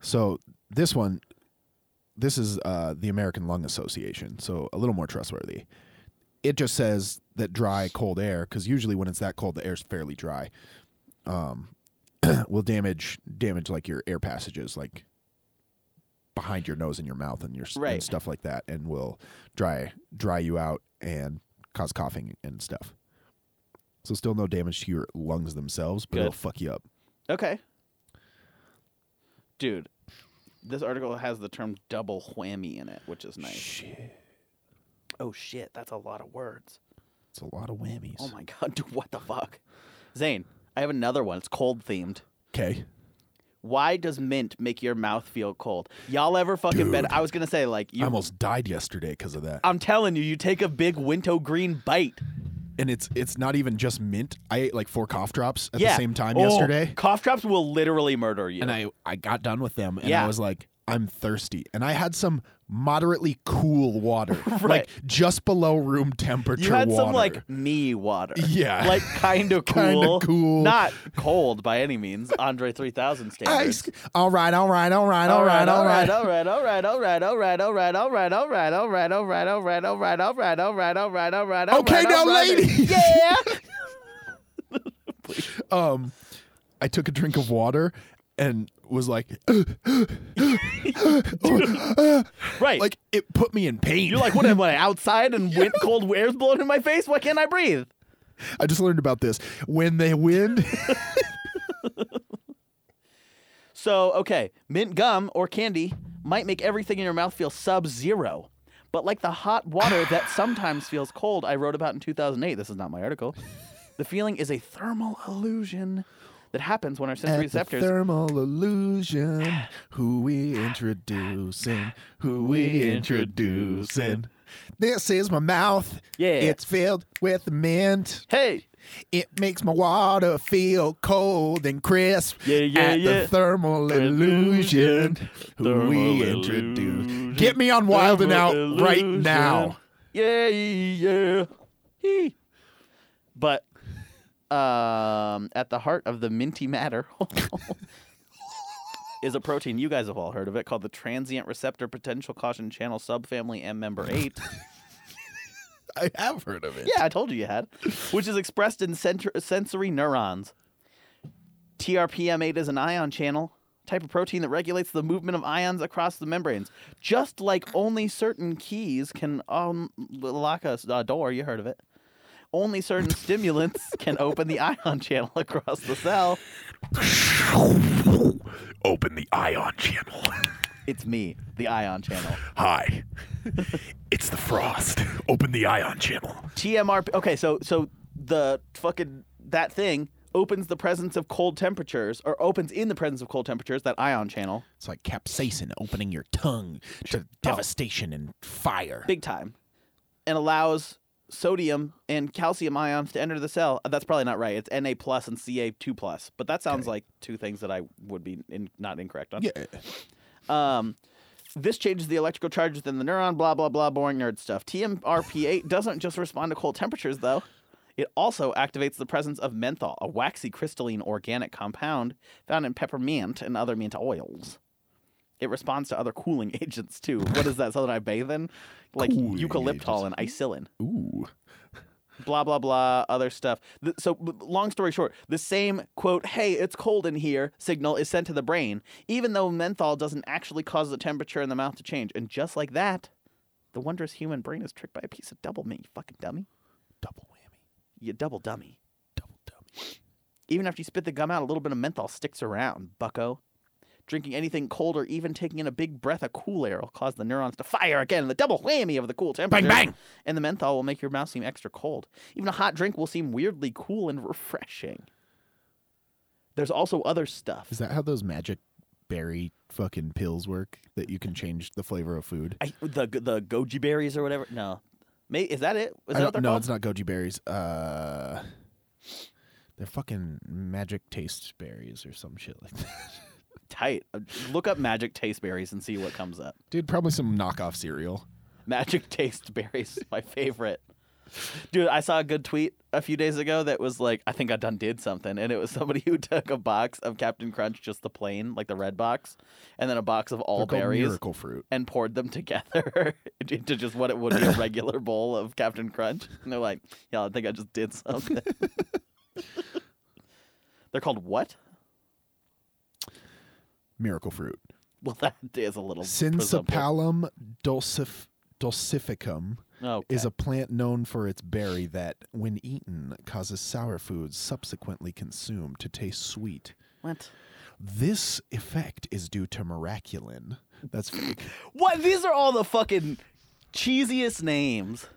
So this one, this is uh, the American Lung Association, so a little more trustworthy. It just says that dry, cold air, because usually when it's that cold, the air's fairly dry, um, will damage damage like your air passages, like behind your nose and your mouth and your s- and Right. stuff like that, and will dry dry you out and cause coughing and stuff. So still no damage to your lungs themselves, but Good. it'll fuck you up. Okay. Dude, this article has the term double whammy in it, which is nice. Shit, Oh shit, that's a lot of words. it's a lot of whammies. Oh my god, dude, what the fuck? Zane, I have another one. It's cold themed. Okay. Why does mint make your mouth feel cold? Y'all ever fucking been? Dude. I was gonna say like you. I almost died yesterday because of that. I'm telling you, you take a big winter green bite. And it's it's not even just mint. I ate like four cough drops at yeah. the same time Oh, yesterday, Cough drops will literally murder you. and I I got done with them, and I Yeah. was like, I'm thirsty, and I had some moderately cool water, like Right. just below room temperature. you had water. some like me water. Yeah. Like kind of cool. Kinda cool. Not cold by any means. Andre 3000 standards. ice. All right, all right, all right, all right, all right. all right, all right, all right, all right, all right, all right, all right, all right, all right, all right, all right, all right, all right, all right, all right, all Okay, right, now, all right. ladies. Yeah. Um, I took a drink of water and was like, Right. like it put me in pain. You're like, what am I outside and wind cold air's blowing in my face? Why can't I breathe? I just learned about this when they win. So, okay, mint gum or candy might make everything in your mouth feel sub zero. But like the hot water that sometimes feels cold, I wrote about in 2008, this is not my article, the feeling is a thermal illusion that happens when our sensory At the receptors. thermal illusion. Who we introducing? Who we introducing? This is my mouth. Yeah. It's filled with mint. hey! It makes my water feel cold and crisp. Yeah, yeah, At yeah. the thermal illusion. Who we Thermal introduce. illusion. Get me on Wild and Out Thermal right illusion. now. Yeah, yeah. Hee. But um, at the heart of the minty matter is a protein you guys have all heard of it called the transient receptor potential caution channel subfamily M member 8. I have heard of it. yeah, I told you you had. Which is expressed in center- sensory neurons. TRPM8 is an ion channel, type of protein that regulates the movement of ions across the membranes. Just like only certain keys can um, lock a, s- a door, you heard of it. Only certain stimulants can open the ion channel across the cell. Open the ion channel. It's me, the ion channel. Hi. it's the frost. Open the ion channel. TMRP. Okay, so so the fucking that thing opens the presence of cold temperatures, or opens in the presence of cold temperatures that ion channel. It's like capsaicin opening your tongue to devastation and fire. big time and allows sodium and calcium ions to enter the cell. Uh, That's probably not right. It's Na plus and Ca2 plus, but that sounds like two things that I would be in, not incorrect on. Yeah. Um, this changes the electrical charge within the neuron, blah, blah, blah, boring nerd stuff. TMRP8 doesn't just respond to cold temperatures, though. It also activates the presence of menthol, a waxy crystalline organic compound found in peppermint and other mint oils. It responds to other cooling agents too. What is that? Something I bathe in, like Cooling eucalyptol and isilin. Ooh. blah blah blah other stuff Th so b- long story short the same quote hey it's cold in here signal is sent to the brain even though menthol doesn't actually cause the temperature in the mouth to change and just like that the wondrous human brain is tricked by a piece of double meat you fucking dummy Double whammy. you double dummy Double dummy. even after you spit the gum out a little bit of menthol sticks around bucko drinking anything cold or even taking in a big breath of cool air will cause the neurons to fire again the double whammy of the cool temperature bang! and the menthol will make your mouth seem extra cold. Even a hot drink will seem weirdly cool and refreshing. There's also other stuff. Is that how those magic berry fucking pills work? That you can change the flavor of food? I, the the goji berries or whatever. No, May, is that it? Is I that what don't- they're no, called? it's not goji berries. Uh, they're fucking magic taste berries or some shit like that. Tight. Uh, Look up magic taste berries and see what comes up. Dude, probably some knockoff cereal. Magic taste berries, my favorite. Dude, I saw a good tweet a few days ago that was like, I think I done did something. And it was somebody who took a box of Captain Crunch, just the plain, like the red box, and then a box of all They're called berries. miracle fruit. and poured them together into just what it would be a regular bowl of Captain Crunch. And they're like, yeah, I think I just did something. they're called what? Miracle fruit. Well, that is a little. presumptive. Sinsipalum dulcif- dulcificum Okay. is a plant known for its berry that, when eaten, causes sour foods subsequently consumed to taste sweet. What? This effect is due to miraculin. That's What? These are all the fucking cheesiest names.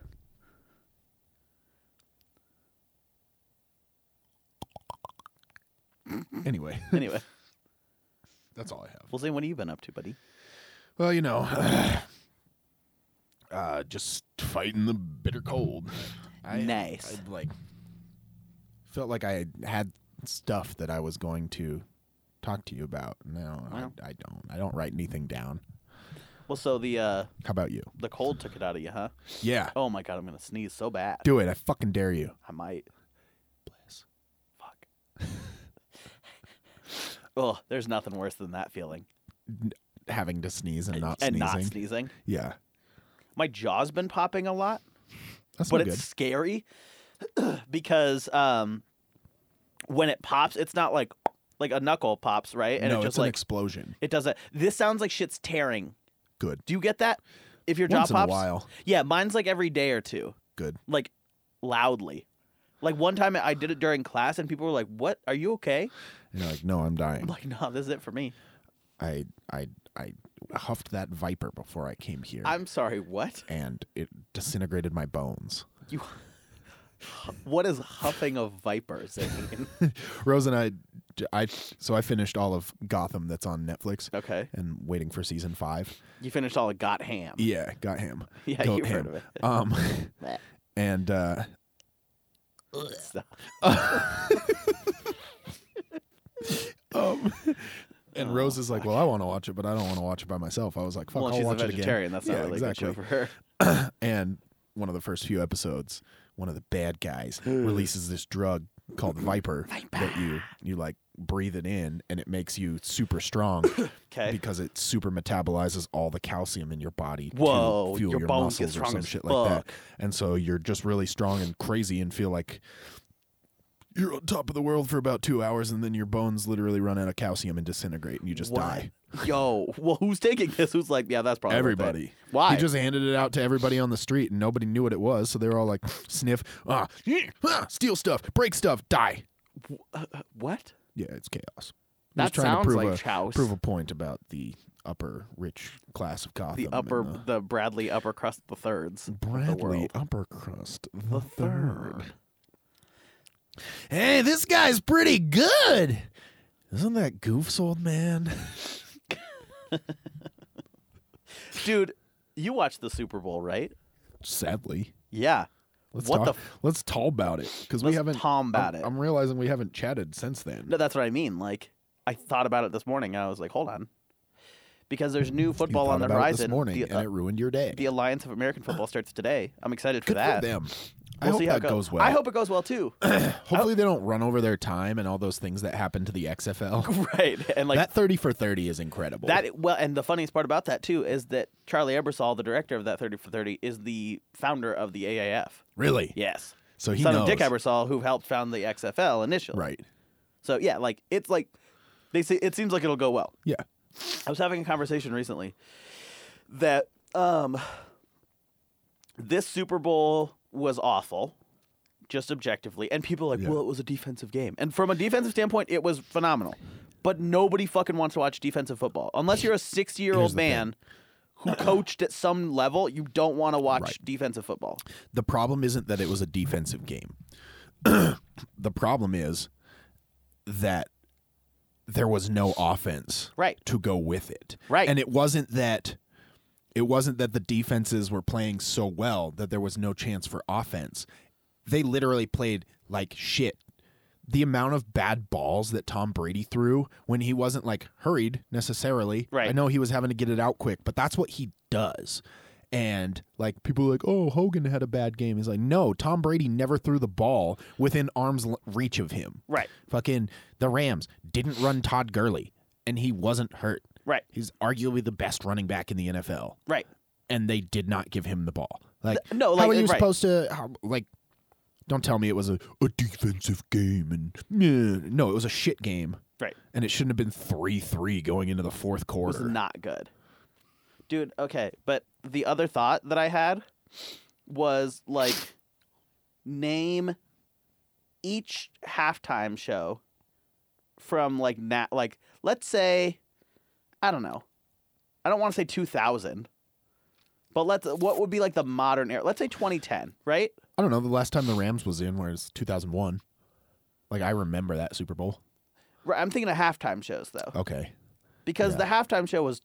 anyway. Anyway, That's all I have. well, Zane, what have you been up to, buddy? Well, you know, uh, just fighting the bitter cold. I, Nice. I, like felt like I had stuff that I was going to talk to you about. No, Wow. I, I don't. I don't write anything down. Well, so the uh How about you? the cold took it out of you, huh? Yeah, Oh my god, I'm gonna sneeze so bad. do it. I fucking dare you. I might. Bless. Fuck. oh, there's nothing worse than that feeling. Having to sneeze and not and sneezing. not sneezing. yeah, My jaw's been popping a lot, that's but not it's good. scary because um, when it pops, it's not like like a knuckle pops, right? And no, it it's just an like explosion. it does a. This sounds like shit's tearing. Good. Do you get that? If your Once jaw in a pops, while. yeah, mine's like every day or two. Good. like loudly. Like one time I did it during class and people were like, "What? Are you okay?" And you're like, no, I'm I'm dying. like, "No, this is it for me." I I I huffed that viper before I came here. I'm sorry, what? and it disintegrated my bones. You What is huffing a viper saying? Rose and I, I so I finished all of Gotham that's on Netflix okay. and waiting for season five. You finished all of Got Ham. Yeah, got him. Yeah, Goat you heard ham. of it. Um, and uh, Stop. um, Oh, and Rose is like, "Well, I want to watch it, but I don't want to watch it by myself." I was like, "Fuck, Well, I'll she's a watch vegetarian. it again." That's yeah, not really exactly. a good show for her. and one of the first few episodes, one of the bad guys Hmm. releases this drug called Mm-hmm. Viper, that you you like breathe it in and it makes you super strong Okay. because it super metabolizes all the calcium in your body Whoa, to fuel your your, bones get muscles or strong some as shit like that. fuck. And so you're just really strong and crazy and feel like you're on top of the world for about two hours and then your bones literally run out of calcium and disintegrate and you just What? die. Yo, well, who's taking this? Who's like, yeah, that's probably worth it." Everybody. Why? He just handed it out to everybody on the street, and nobody knew what it was. So they were all like, sniff, ah, yeah, ah, steal stuff, break stuff, die. Uh, what? Yeah, it's chaos. He was That trying to sounds prove like a, chouse. Prove a point about the upper rich class of Gotham. the and upper, the the Bradley upper crust, the thirds. Bradley world. upper crust, The third. Hey, this guy's pretty good. Isn't that Goof's old man? Dude, you watched the Super Bowl, right? Sadly. Yeah. Let's what talk, the? F- let's talk about it because we Let's haven't talk about I'm, it. I'm realizing we haven't chatted since then. no, that's what I mean. Like, I thought about it this morning, and I was like, hold on, because there's new You football thought on the about it horizon. this morning, The- and it ruined your day. the Alliance of American Football starts today. I'm excited for Good that. for them. We'll hope see how that it goes well. I hope it goes well too. Hopefully they don't run over their time and all those things that happen to the XFL. right. And like that 30 for 30 is incredible. That well, and the funniest part about that too is that Charlie Ebersol, the director of that Thirty for Thirty, is the founder of the AAF. really? Yes, So he son knows. of Dick Ebersol, who helped found the XFL initially. Right. So yeah, like it's like they say it seems like it'll go well. Yeah. I was having a conversation recently that um this Super Bowl was awful, just objectively, and people are like, Yeah. well, it was a defensive game, and from a defensive standpoint, it was phenomenal. But nobody fucking wants to watch defensive football unless you're a Here's sixty-year-old the thing. man who coached at some level. You don't want to watch Right. defensive football. The problem isn't that it was a defensive game. the problem is that there was no offense Right. to go with it. Right. And it wasn't that it wasn't that the defenses were playing so well that there was no chance for offense. They literally played like shit. The amount of bad balls that Tom Brady threw when he wasn't like hurried necessarily. Right. I know he was having to get it out quick, but that's what he does. And like people are like, oh, Hogan had a bad game. He's like, no, Tom Brady never threw the ball within arm's l- reach of him. Right. Fucking the Rams didn't run Todd Gurley, and he wasn't hurt. Right. He's arguably the best running back in the NFL, Right. and they did not give him the ball. Like, Th- no, how like- are you right. supposed to? How, like, don't tell me it was a, a defensive game, and yeah. no, it was a shit game, Right. and it shouldn't have been three three going into the fourth was quarter. not good. Dude, okay, but the other thought that I had was like name each halftime show from like na like let's say I don't know. I don't want to say 2000. But let's what would be like the modern era? Let's say 2010, right? I don't know. The last time the Rams was in was two thousand one. Like I remember that Super Bowl. Right, I'm thinking of halftime shows though. Okay, Because the halftime show was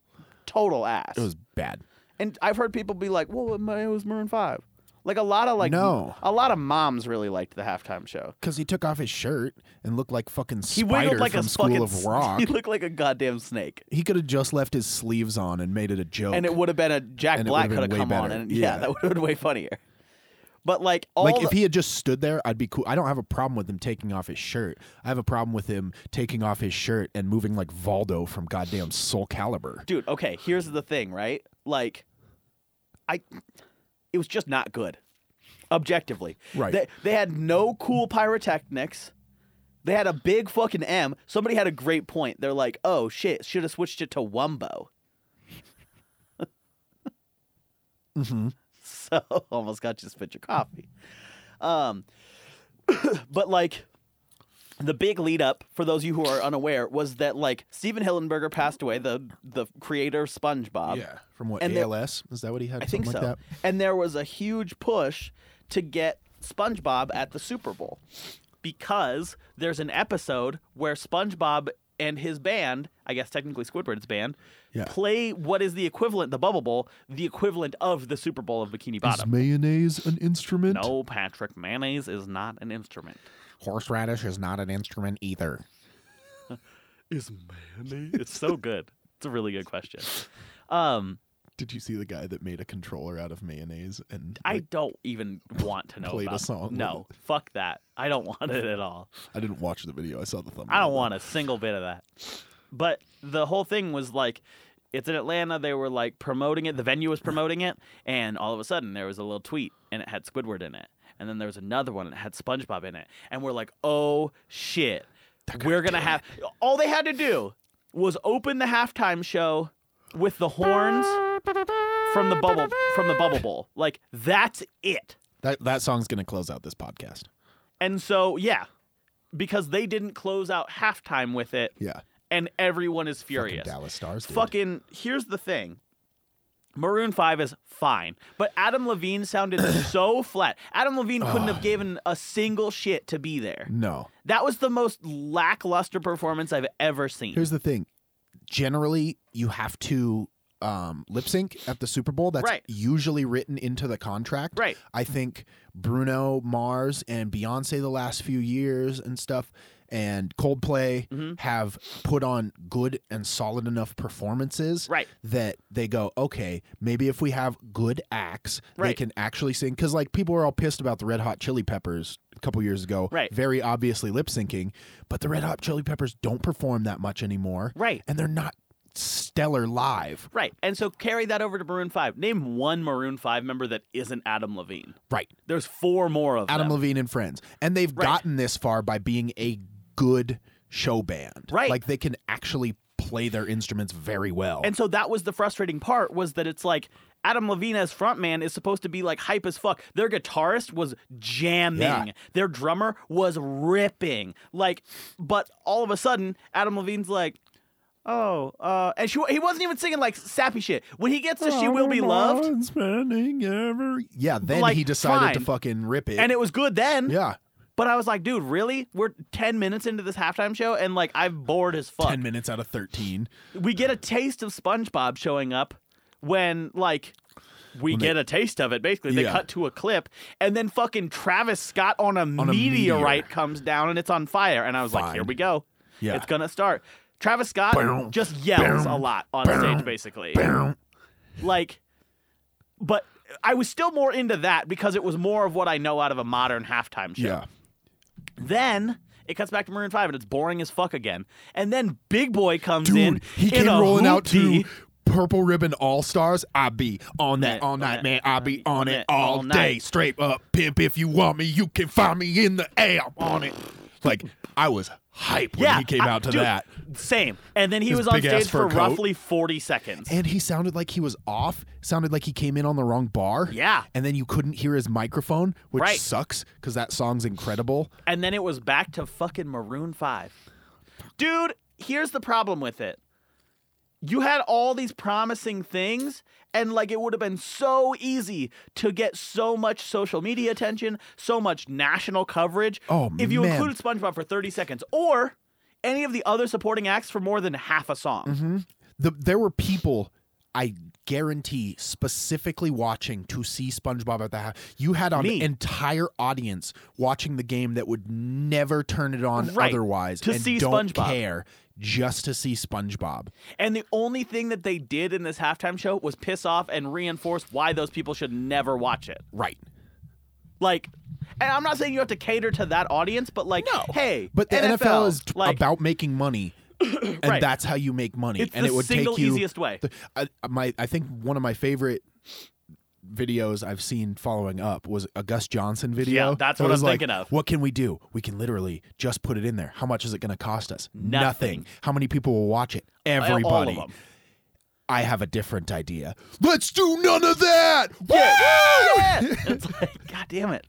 total ass. it was bad. And I've heard people be like, "Well, it ma- it was Maroon 5. Like a lot of like No. a lot of moms really liked the halftime show. Because he took off his shirt and looked like fucking He Spider wiggled like from a School fucking of s- Rock. He looked like a goddamn snake. he could have just left his sleeves on and made it a joke. And it would have been a Jack And it Black would've could have been way come on better. and yeah, Yeah. that would have been way funnier. But like all like the- if he had just stood there, I'd be cool. I don't have a problem with him taking off his shirt. I have a problem with him taking off his shirt and moving like Valdo from goddamn Soul Calibur. Dude, okay, here's the thing, right? Like I it was just not good. Objectively. Right. They they had no cool pyrotechnics. They had a big fucking M. Somebody had a great point. They're like, "Oh shit, should have switched it to Wumbo." so almost got you to spit your coffee. Um, but like the big lead up for those of you who are unaware was that like Steven Hillenberger passed away, the the creator of SpongeBob. from what And the- ALS is that what he had? I think Something so. Like that? And there was a huge push to get SpongeBob at the Super Bowl because there's an episode where SpongeBob and his band, I guess technically Squidward's band, Yeah. play what is the equivalent, the Bubble Bowl, the equivalent of the Super Bowl of Bikini Bottom. mayonnaise an instrument? No, Patrick, mayonnaise is not an instrument. Horseradish is not an instrument either. Is mayonnaise? It's so good. It's a really good question. Um, Did you see the guy that made a controller out of mayonnaise and I don't even want to know. Played a about song with No, fuck that. I don't want it at all. I didn't watch the video. I saw the thumbnail. I don't want a single bit of that. But the whole thing was like, it's in Atlanta. They were like promoting it. The venue was promoting it, and all of a sudden there was a little tweet, and it had Squidward in it, and then there was another one and it had SpongeBob in it, and we're like, oh shit, we're gonna have. All they had to do was open the halftime show with the horns from the bubble from the bubble bowl. Like that's it. That that song's gonna close out this podcast. And so yeah, because they didn't close out halftime with it Yeah. and everyone is furious. Dallas Stars. Dude. Fucking, here's the thing. Maroon 5 is fine, but Adam Levine sounded so flat. Adam Levine couldn't have given a single shit to be there. No. That was the most lackluster performance I've ever seen. Here's the thing. Generally, you have to um, lip sync at the Super Bowl. That's Right. usually written into the contract. Right. I think Bruno Mars and Beyonce the last few years and stuff and Coldplay Mm-hmm. have put on good and solid enough performances Right. that they go, okay, maybe if we have good acts, they Right. can actually sing. Because like people were all pissed about the Red Hot Chili Peppers a couple years ago, Right. Very obviously lip syncing, but the Red Hot Chili Peppers don't perform that much anymore, Right. And they're not stellar live, Right. And so carry that over to Maroon 5. Name one Maroon 5 member that isn't Adam Levine. right? There's four more of Adam them. Levine and friends, and they've Right. gotten this far by being a good show band, Right. Like they can actually play their instruments very well, And so that was the frustrating part was that it's like Adam Levine as frontman is supposed to be like hype as fuck. Their guitarist was jamming. Yeah. Their drummer was ripping. Like, but all of a sudden, Adam Levine's like, oh, uh, and she he wasn't even singing like sappy shit. When he gets to "She Will Be Loved," yeah. Then Like, he decided to fine. fucking rip it, and it was good then. yeah. But I was like, dude, really? We're ten minutes into this halftime show, and like I'm bored as fuck. 10 minutes out of 13. we get a taste of SpongeBob showing up when like we they- get a taste of it. Basically, they Yeah. cut to a clip, and then fucking Travis Scott on a a meteor. meteorite comes down and it's on fire. And I was like, Fine. here we go. Yeah. it's gonna start. Travis Scott Boom, just yells boom, a lot on stage, basically. Boom. Like, but I was still more into that because it was more of what I know out of a modern halftime show. Yeah. Then it cuts back to Maroon Five, and it's boring as fuck again. And then Big Boy comes in. Dude, he in came a rolling out hoopty. to Purple Ribbon All Stars. I be on that Yeah, all on night, it, man. I be on it all all day. night. Straight up, pimp. If you want me, you can find me in the air on it. Like, I was hype when yeah, he came I- out to dude, that. Same. And then he His was on big-ass stage for fur coat. roughly forty seconds. And he sounded like he was off, sounded like he came in on the wrong bar. Yeah. And then you couldn't hear his microphone, which Right. sucks because that song's incredible. And then it was back to fucking Maroon 5. Dude, here's the problem with it. You had all these promising things, and like it would have been so easy to get so much social media attention, so much national coverage. Oh, If you man. included SpongeBob for 30 seconds or any of the other supporting acts for more than half a song. the, there were people I guarantee specifically watching to see SpongeBob at the house. You had an Me. entire audience watching the game that would never turn it on Right. otherwise To and see don't SpongeBob. care just to see SpongeBob. And the only thing that they did in this halftime show was piss off and reinforce why those people should never watch it. Right. Like, and I'm not saying you have to cater to that audience, but like, hey, But the NFL, NFL is t- like, about making money. And Right. that's how you make money. It's and the it would single take you easiest way. the- I, my, I think one of my favorite videos I've seen following up was a Gus Johnson video. Yeah, that's It what was I'm like, thinking of. What can we do? We can literally just put it in there. How much is it going to cost us? Nothing. How many people will watch it? all of Everybody. them. I have a different idea. Let's do none of that. Woo! Yeah! it's like, god damn it.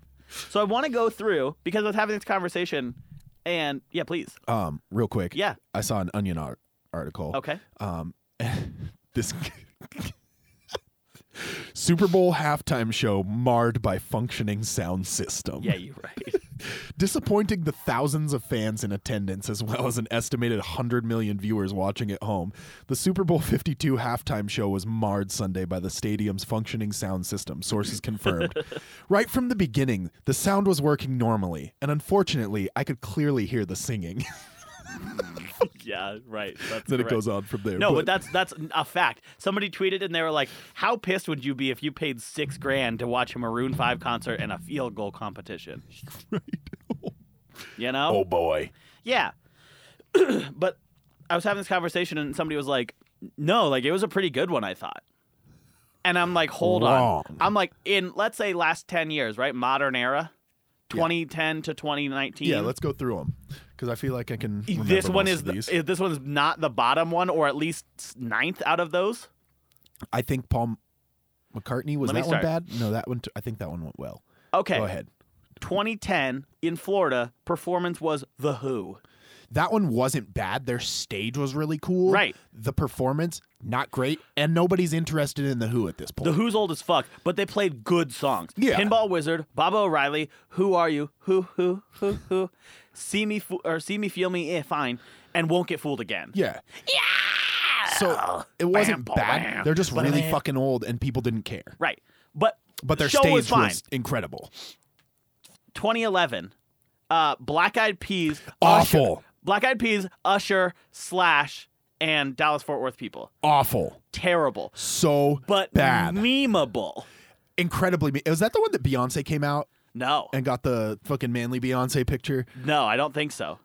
So I want to go through because I was having this conversation, and yeah, please, Um, real quick. Yeah. I saw an Onion ar- article. okay, Um, this Super Bowl halftime show marred by functioning sound system. yeah, you're right. Disappointing the thousands of fans in attendance as well as an estimated 100 million viewers watching at home. The Super Bowl 52 halftime show was marred Sunday by the stadium's functioning sound system, sources confirmed. right from the beginning, the sound was working normally, and unfortunately, I could clearly hear the singing. yeah, right. That's then it correct. goes on from there. No, but that's that's a fact. Somebody tweeted and they were like, "How pissed would you be if you paid six grand to watch a Maroon Five concert and a field goal competition?" You know? Oh boy. Yeah. but I was having this conversation and somebody was like, no, like it was a pretty good one, I thought. And I'm like, hold Wrong. on. I'm like, in let's say last 10 years, right? Modern era, 2010 to 2019. Yeah, let's go through them because I feel like I can. remember This one most is of the, these. is- this one is not the bottom one, or at least ninth out of those. I think Paul McCartney was Let me that one start. Eh. bad? No, that one. T- I think that one went well. Okay, Go ahead. 2010 in Florida, performance was the Who. That one wasn't bad. Their stage was really cool. Right. The performance not great, and nobody's interested in the Who at this point. The Who's old as fuck, but they played good songs. Yeah. Pinball Wizard, Bob O'Reilly, Who Are You? Who Who Who Who? See me fo- or see me, feel me, eh, fine, and won't get fooled again. yeah. Yeah. So it wasn't Bam, bad. bam. They're just really Ba-da-bam. fucking old, and people didn't care. Right, but But their show stage was fine. incredible. 2011, uh, Black Eyed Peas, Usher- Awful. Black Eyed Peas, Usher, Slash, and Dallas Fort Worth people. Awful. Terrible, So but bad. memeable. Incredibly. me- Was that the one that Beyonce came out No, and got the fucking manly Beyonce picture? no, I don't think so.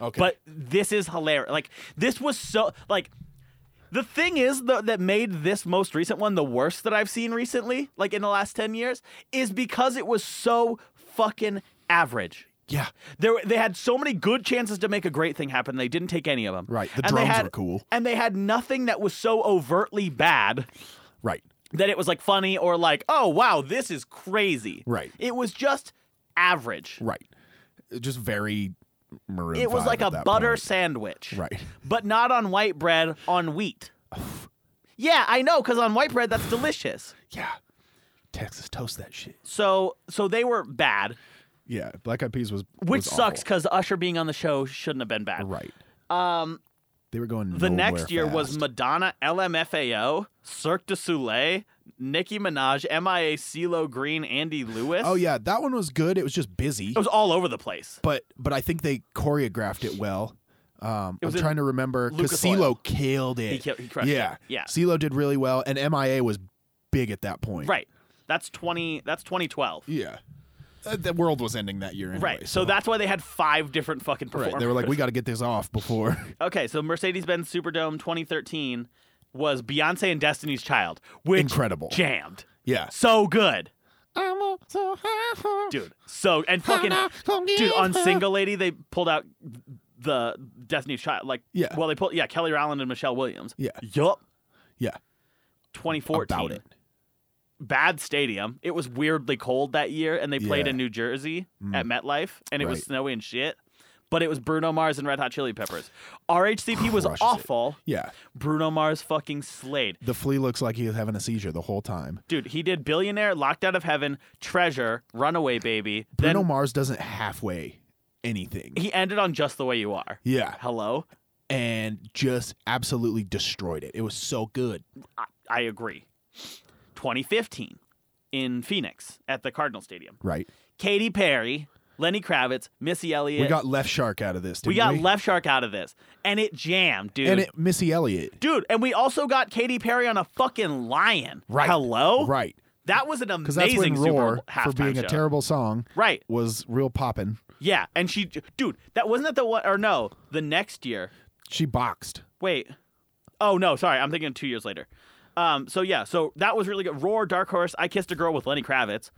Okay. But this is hilarious. Like this was so like the thing is though that made this most recent one the worst that I've seen recently, like in the last 10 years, is because it was so fucking average. yeah. There, they had so many good chances to make a great thing happen. They didn't take any of them. Right, the and they drums had, were cool. And they had nothing that was so overtly bad Right. that it was like funny or like, oh wow, this is crazy. Right. It was just average. Right. Just very maroon. It was Five like at a that butter point. sandwich. Right. But not on white bread, on wheat. yeah, I know, because on white bread that's delicious. Yeah. Texas toast that shit. So so they were bad. Yeah. Black Eyed Peas was Which was sucks awful. because Usher being on the show shouldn't have been bad. Right. Um They were going. The nowhere next year was fast. Madonna, LMFAO, Cirque du Soleil, Nicki Minaj, MIA, CeeLo Green, Andy Lewis. Oh yeah, that one was good. It was just busy. It was all over the place. but but I think they choreographed it well. Um, was I'm in trying to remember because Lucas Oil. CeeLo killed it. He, killed, he crushed yeah, it. Yeah. CeeLo did really well, and MIA was big at that point. Right. That's 20 that's 2012. Yeah. Uh, the world was ending that year. Anyway, right. So that's why they had five different fucking performers. right. They were like, we got to get this off before. Okay, so Mercedes-Benz Superdome 2013 was Beyonce and Destiny's Child, which Incredible. jammed. yeah. So good. I'm up so high for Dude. So and fucking dude on single lady they pulled out the Destiny's Child like Yeah. well they pulled yeah, Kelly Rowland and Michelle Williams. Yeah. Yup. Yeah. 2014. About it. Bad stadium. It was weirdly cold that year and they played Yeah. Mm. in New Jersey at MetLife and it was Right. snowy and shit. But it was Bruno Mars and Red Hot Chili Peppers. RHCP was Crushes it. awful. Yeah. Bruno Mars fucking slayed. The flea looks like he was having a seizure the whole time. Dude, he did Billionaire, Locked Out of Heaven, Treasure, Runaway Baby. Bruno then Mars doesn't halfway anything. he ended on Just the Way You Are. yeah. Hello? And just absolutely destroyed it. It was so good. I, I agree. 2015 in Phoenix at the Cardinal Stadium. Right. Katy Perry, Lenny Kravitz, Missy Elliott. We got Left Shark out of this. Didn't We we got Left Shark out of this. And it jammed, dude. And it, Missy Elliott. dude, and we also got Katy Perry on a fucking lion. Right. Hello? Right. That was an Because that's when Oh, amazing Super Roar, Bowl halftime for being show. a terrible song, Right. was real poppin'. Yeah, and she, dude, that wasn't that the one or no, the next year. She boxed. Wait, oh no, sorry, I'm thinking two years later. Um, so yeah, so that was really good. Roar, Dark Horse, I Kissed a Girl with Lenny Kravitz,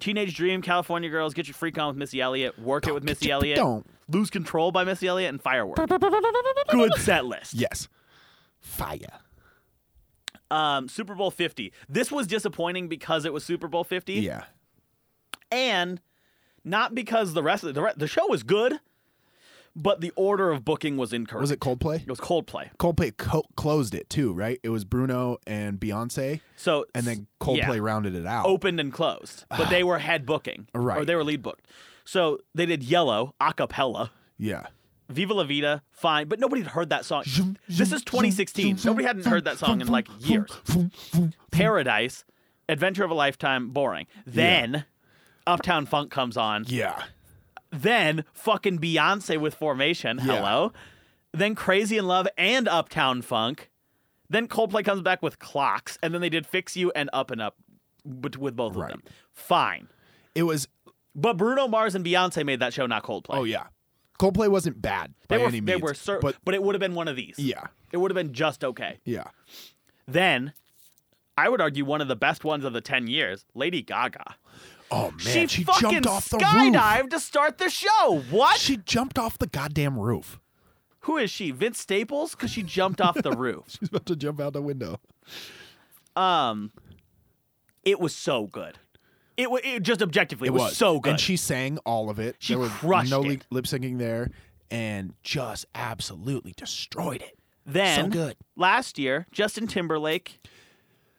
Teenage Dream, California Girls, Get Your Freak On with Missy Elliott, Work It with Missy Elliott, Don't. Lose Control by Missy Elliott, and Firework. good set list. Yes. Fire. Um, Super Bowl 50. This was disappointing because it was Super Bowl 50. Yeah. and not because the rest of the, the, re- the show was good, but the order of booking was incorrect. Was it Coldplay? It was Coldplay. Coldplay co- closed it too, right? It was Bruno and Beyonce, So and then Coldplay yeah, Oh. rounded it out. opened and closed, but they were head booking, Or Right. they were lead booked. So they did Yellow a cappella, Yeah. Viva La Vida, fine, but nobody had heard that song. Zoom, This zoom, is 2016. zoom, Nobody hadn't zoom, heard that song in zoom, like zoom, years. zoom, zoom. Paradise, Adventure of a Lifetime, boring. Then Uptown Funk comes on. Yeah. then fucking Beyonce with Formation. Yeah. Hello. Then Crazy in Love and Uptown Funk. Then Coldplay comes back with Clocks, and then they did Fix You and Up and Up bet- with both of Right. them. Fine. It was. But Bruno Mars and Beyonce made that show, not Coldplay. Oh yeah. Coldplay wasn't bad They by were, any means. they were cer- but, but it would have been one of these. yeah, It would have been just okay. yeah. Then, I would argue one of the best ones of the 10 years, Lady Gaga. Oh man, she, fucking jumped off the skydived roof. to start the show. What? She jumped off the goddamn roof. Who is she? Vince Staples? Because she jumped off the roof. She's about to jump out the window. Um, it was so good. It was it just objectively it was, so good. and she sang all of it. She there was crushed no it. li- lip syncing there, and just absolutely destroyed it. then so good. last year, Justin Timberlake,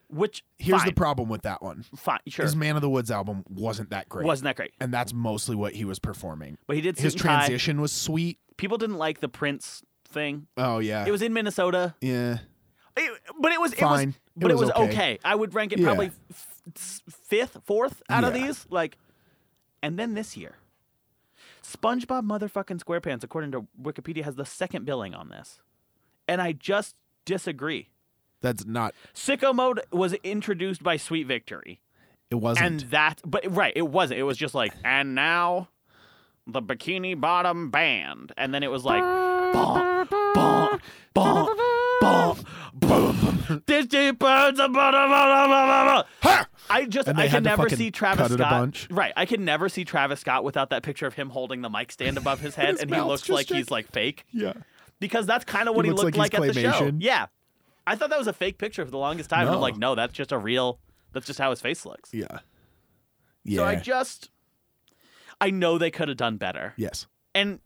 which Here's fine, the problem with that one: fine, sure, his Man of the Woods album wasn't that great, wasn't that great, and that's mostly what he was performing. but he did his suit and tie. transition was sweet. People didn't like the Prince thing. Oh yeah, It was in Minnesota, yeah. It- but it was It Fine. It was, but it was, was okay. okay. I would rank it Yeah. probably f- s- fifth, fourth out of Yeah. these. Like, and then this year, SpongeBob motherfucking SquarePants, according to Wikipedia, has the second billing on this, and I just disagree. That's not. Sicko mode was introduced by Sweet Victory, It wasn't. and that, but right, it wasn't. It was just like, and now, the Bikini Bottom Band, and then it was like, bonk, bonk, bonk, bonk, boom. This deep birds a blah, blah, blah, blah, blah, blah. Ha! I just And they I had can to never fucking see Travis cut it a Scott. bunch. Right, I can never see Travis Scott without that picture of him holding the mic stand above his head, His and he mouth's looks just like he's like- like fake Yeah. because that's kind of what He he, looks looked like like, he's at the show. claymation. Yeah, I thought that was a fake picture for the longest time. and No. I'm like, no, that's just a real. That's just how his face looks. Yeah. Yeah. So I just, I know they could have done better, yes. and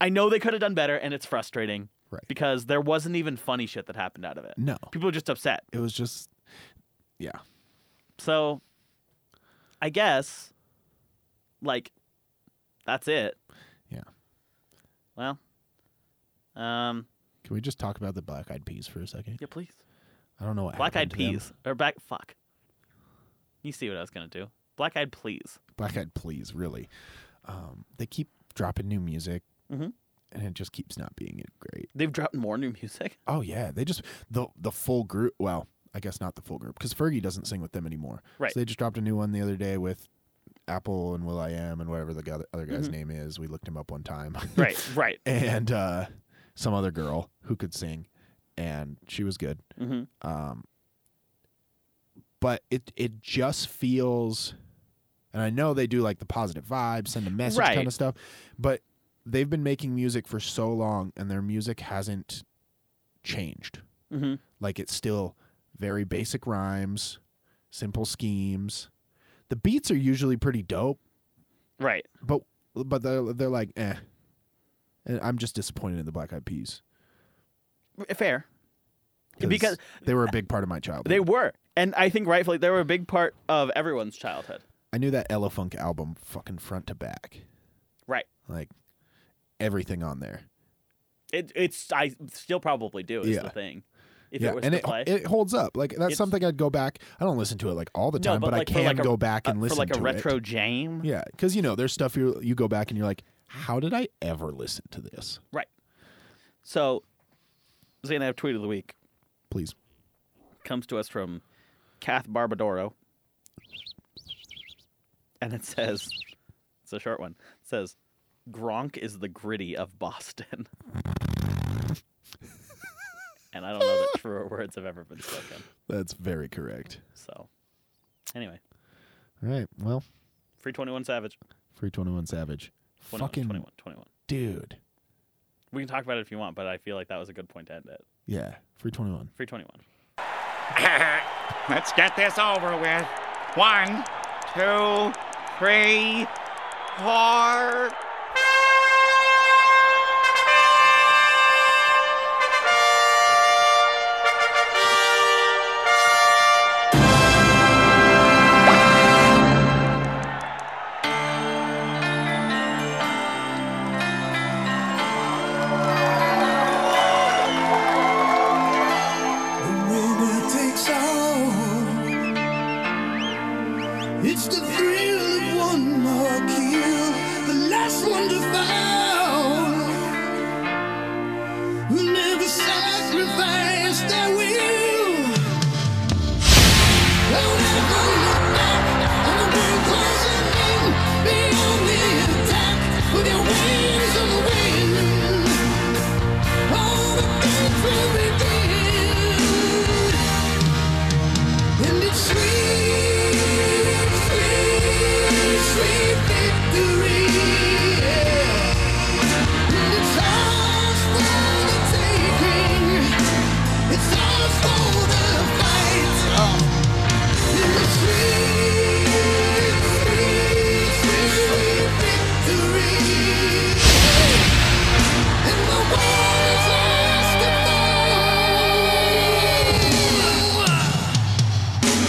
I know they could have done better, and it's frustrating Right. because there wasn't even funny shit that happened out of it. No. People were just upset. It was just. Yeah. So I guess like that's it. Yeah. Well, um Can we just talk about the black eyed peas for a second? yeah, please. I don't know what Black happened eyed to them. peas or back fuck. You see what I was going to do. Black eyed please. Black eyed peas, really. Um, they keep dropping new music, Mhm. and it just keeps not being great. They've dropped more new music. Oh yeah, they just the the full group. Well, I guess not the full group because Fergie doesn't sing with them anymore. Right. So they just dropped a new one the other day with Apple and Will I Am and whatever the guy- other guy's name is. We looked him up one time. Mm-hmm. Right, right. and uh, some other girl who could sing, and she was good. Mhm. Um, but it it just feels, and I know they do like the positive vibes, send a message Right. kind of stuff, but they've been making music for so long, and their music hasn't changed. Mhm. Like it's still very basic rhymes, simple schemes. The beats are usually pretty dope Right. but but they're they're like eh, and I'm just disappointed in the Black Eyed Peas Fair. Because they were a big part of my childhood. they were and I think rightfully they were a big part of everyone's childhood. I knew that Ella Funk album fucking front to back, Right. like everything on there. It, it's I still probably do is Yeah. the thing. If yeah, it was and to it play. it holds up. Like that's It's- something I'd go back. I don't listen to it like all the No, time, but, but, like, I for, can like, a- go back and Uh, listen for like to a retro It. jam. Yeah, because you know there's stuff you you go back and you're like, how did I ever listen to this? Right. So, Zane, I have tweet of the week Please, comes to us from Kath Barbadoro, and it says, "It's a short one." It says, "Gronk is the gritty of Boston," and I don't know that truer words have ever been spoken. that's very correct. So, anyway, All right, well, free twenty one savage. free twenty one savage, 21, fucking 21, 21. dude. We can talk about it if you want, but I feel like that was a good point to end it. Yeah, free twenty one. Free twenty one. Let's get this over with. One, two, three, four. The winner takes all. It's the thrill of one more kill, the last one to fall. Who never sacrificed their will. Don't ever look back on the world closing in beyond the attack with your wings of wind. All the things we did. And it's sweet, sweet, sweet victory. yeah. And it's ours for the taking. It's ours for the fight. And it's sweet, sweet, sweet, sweet victory. And the world is ours to fall.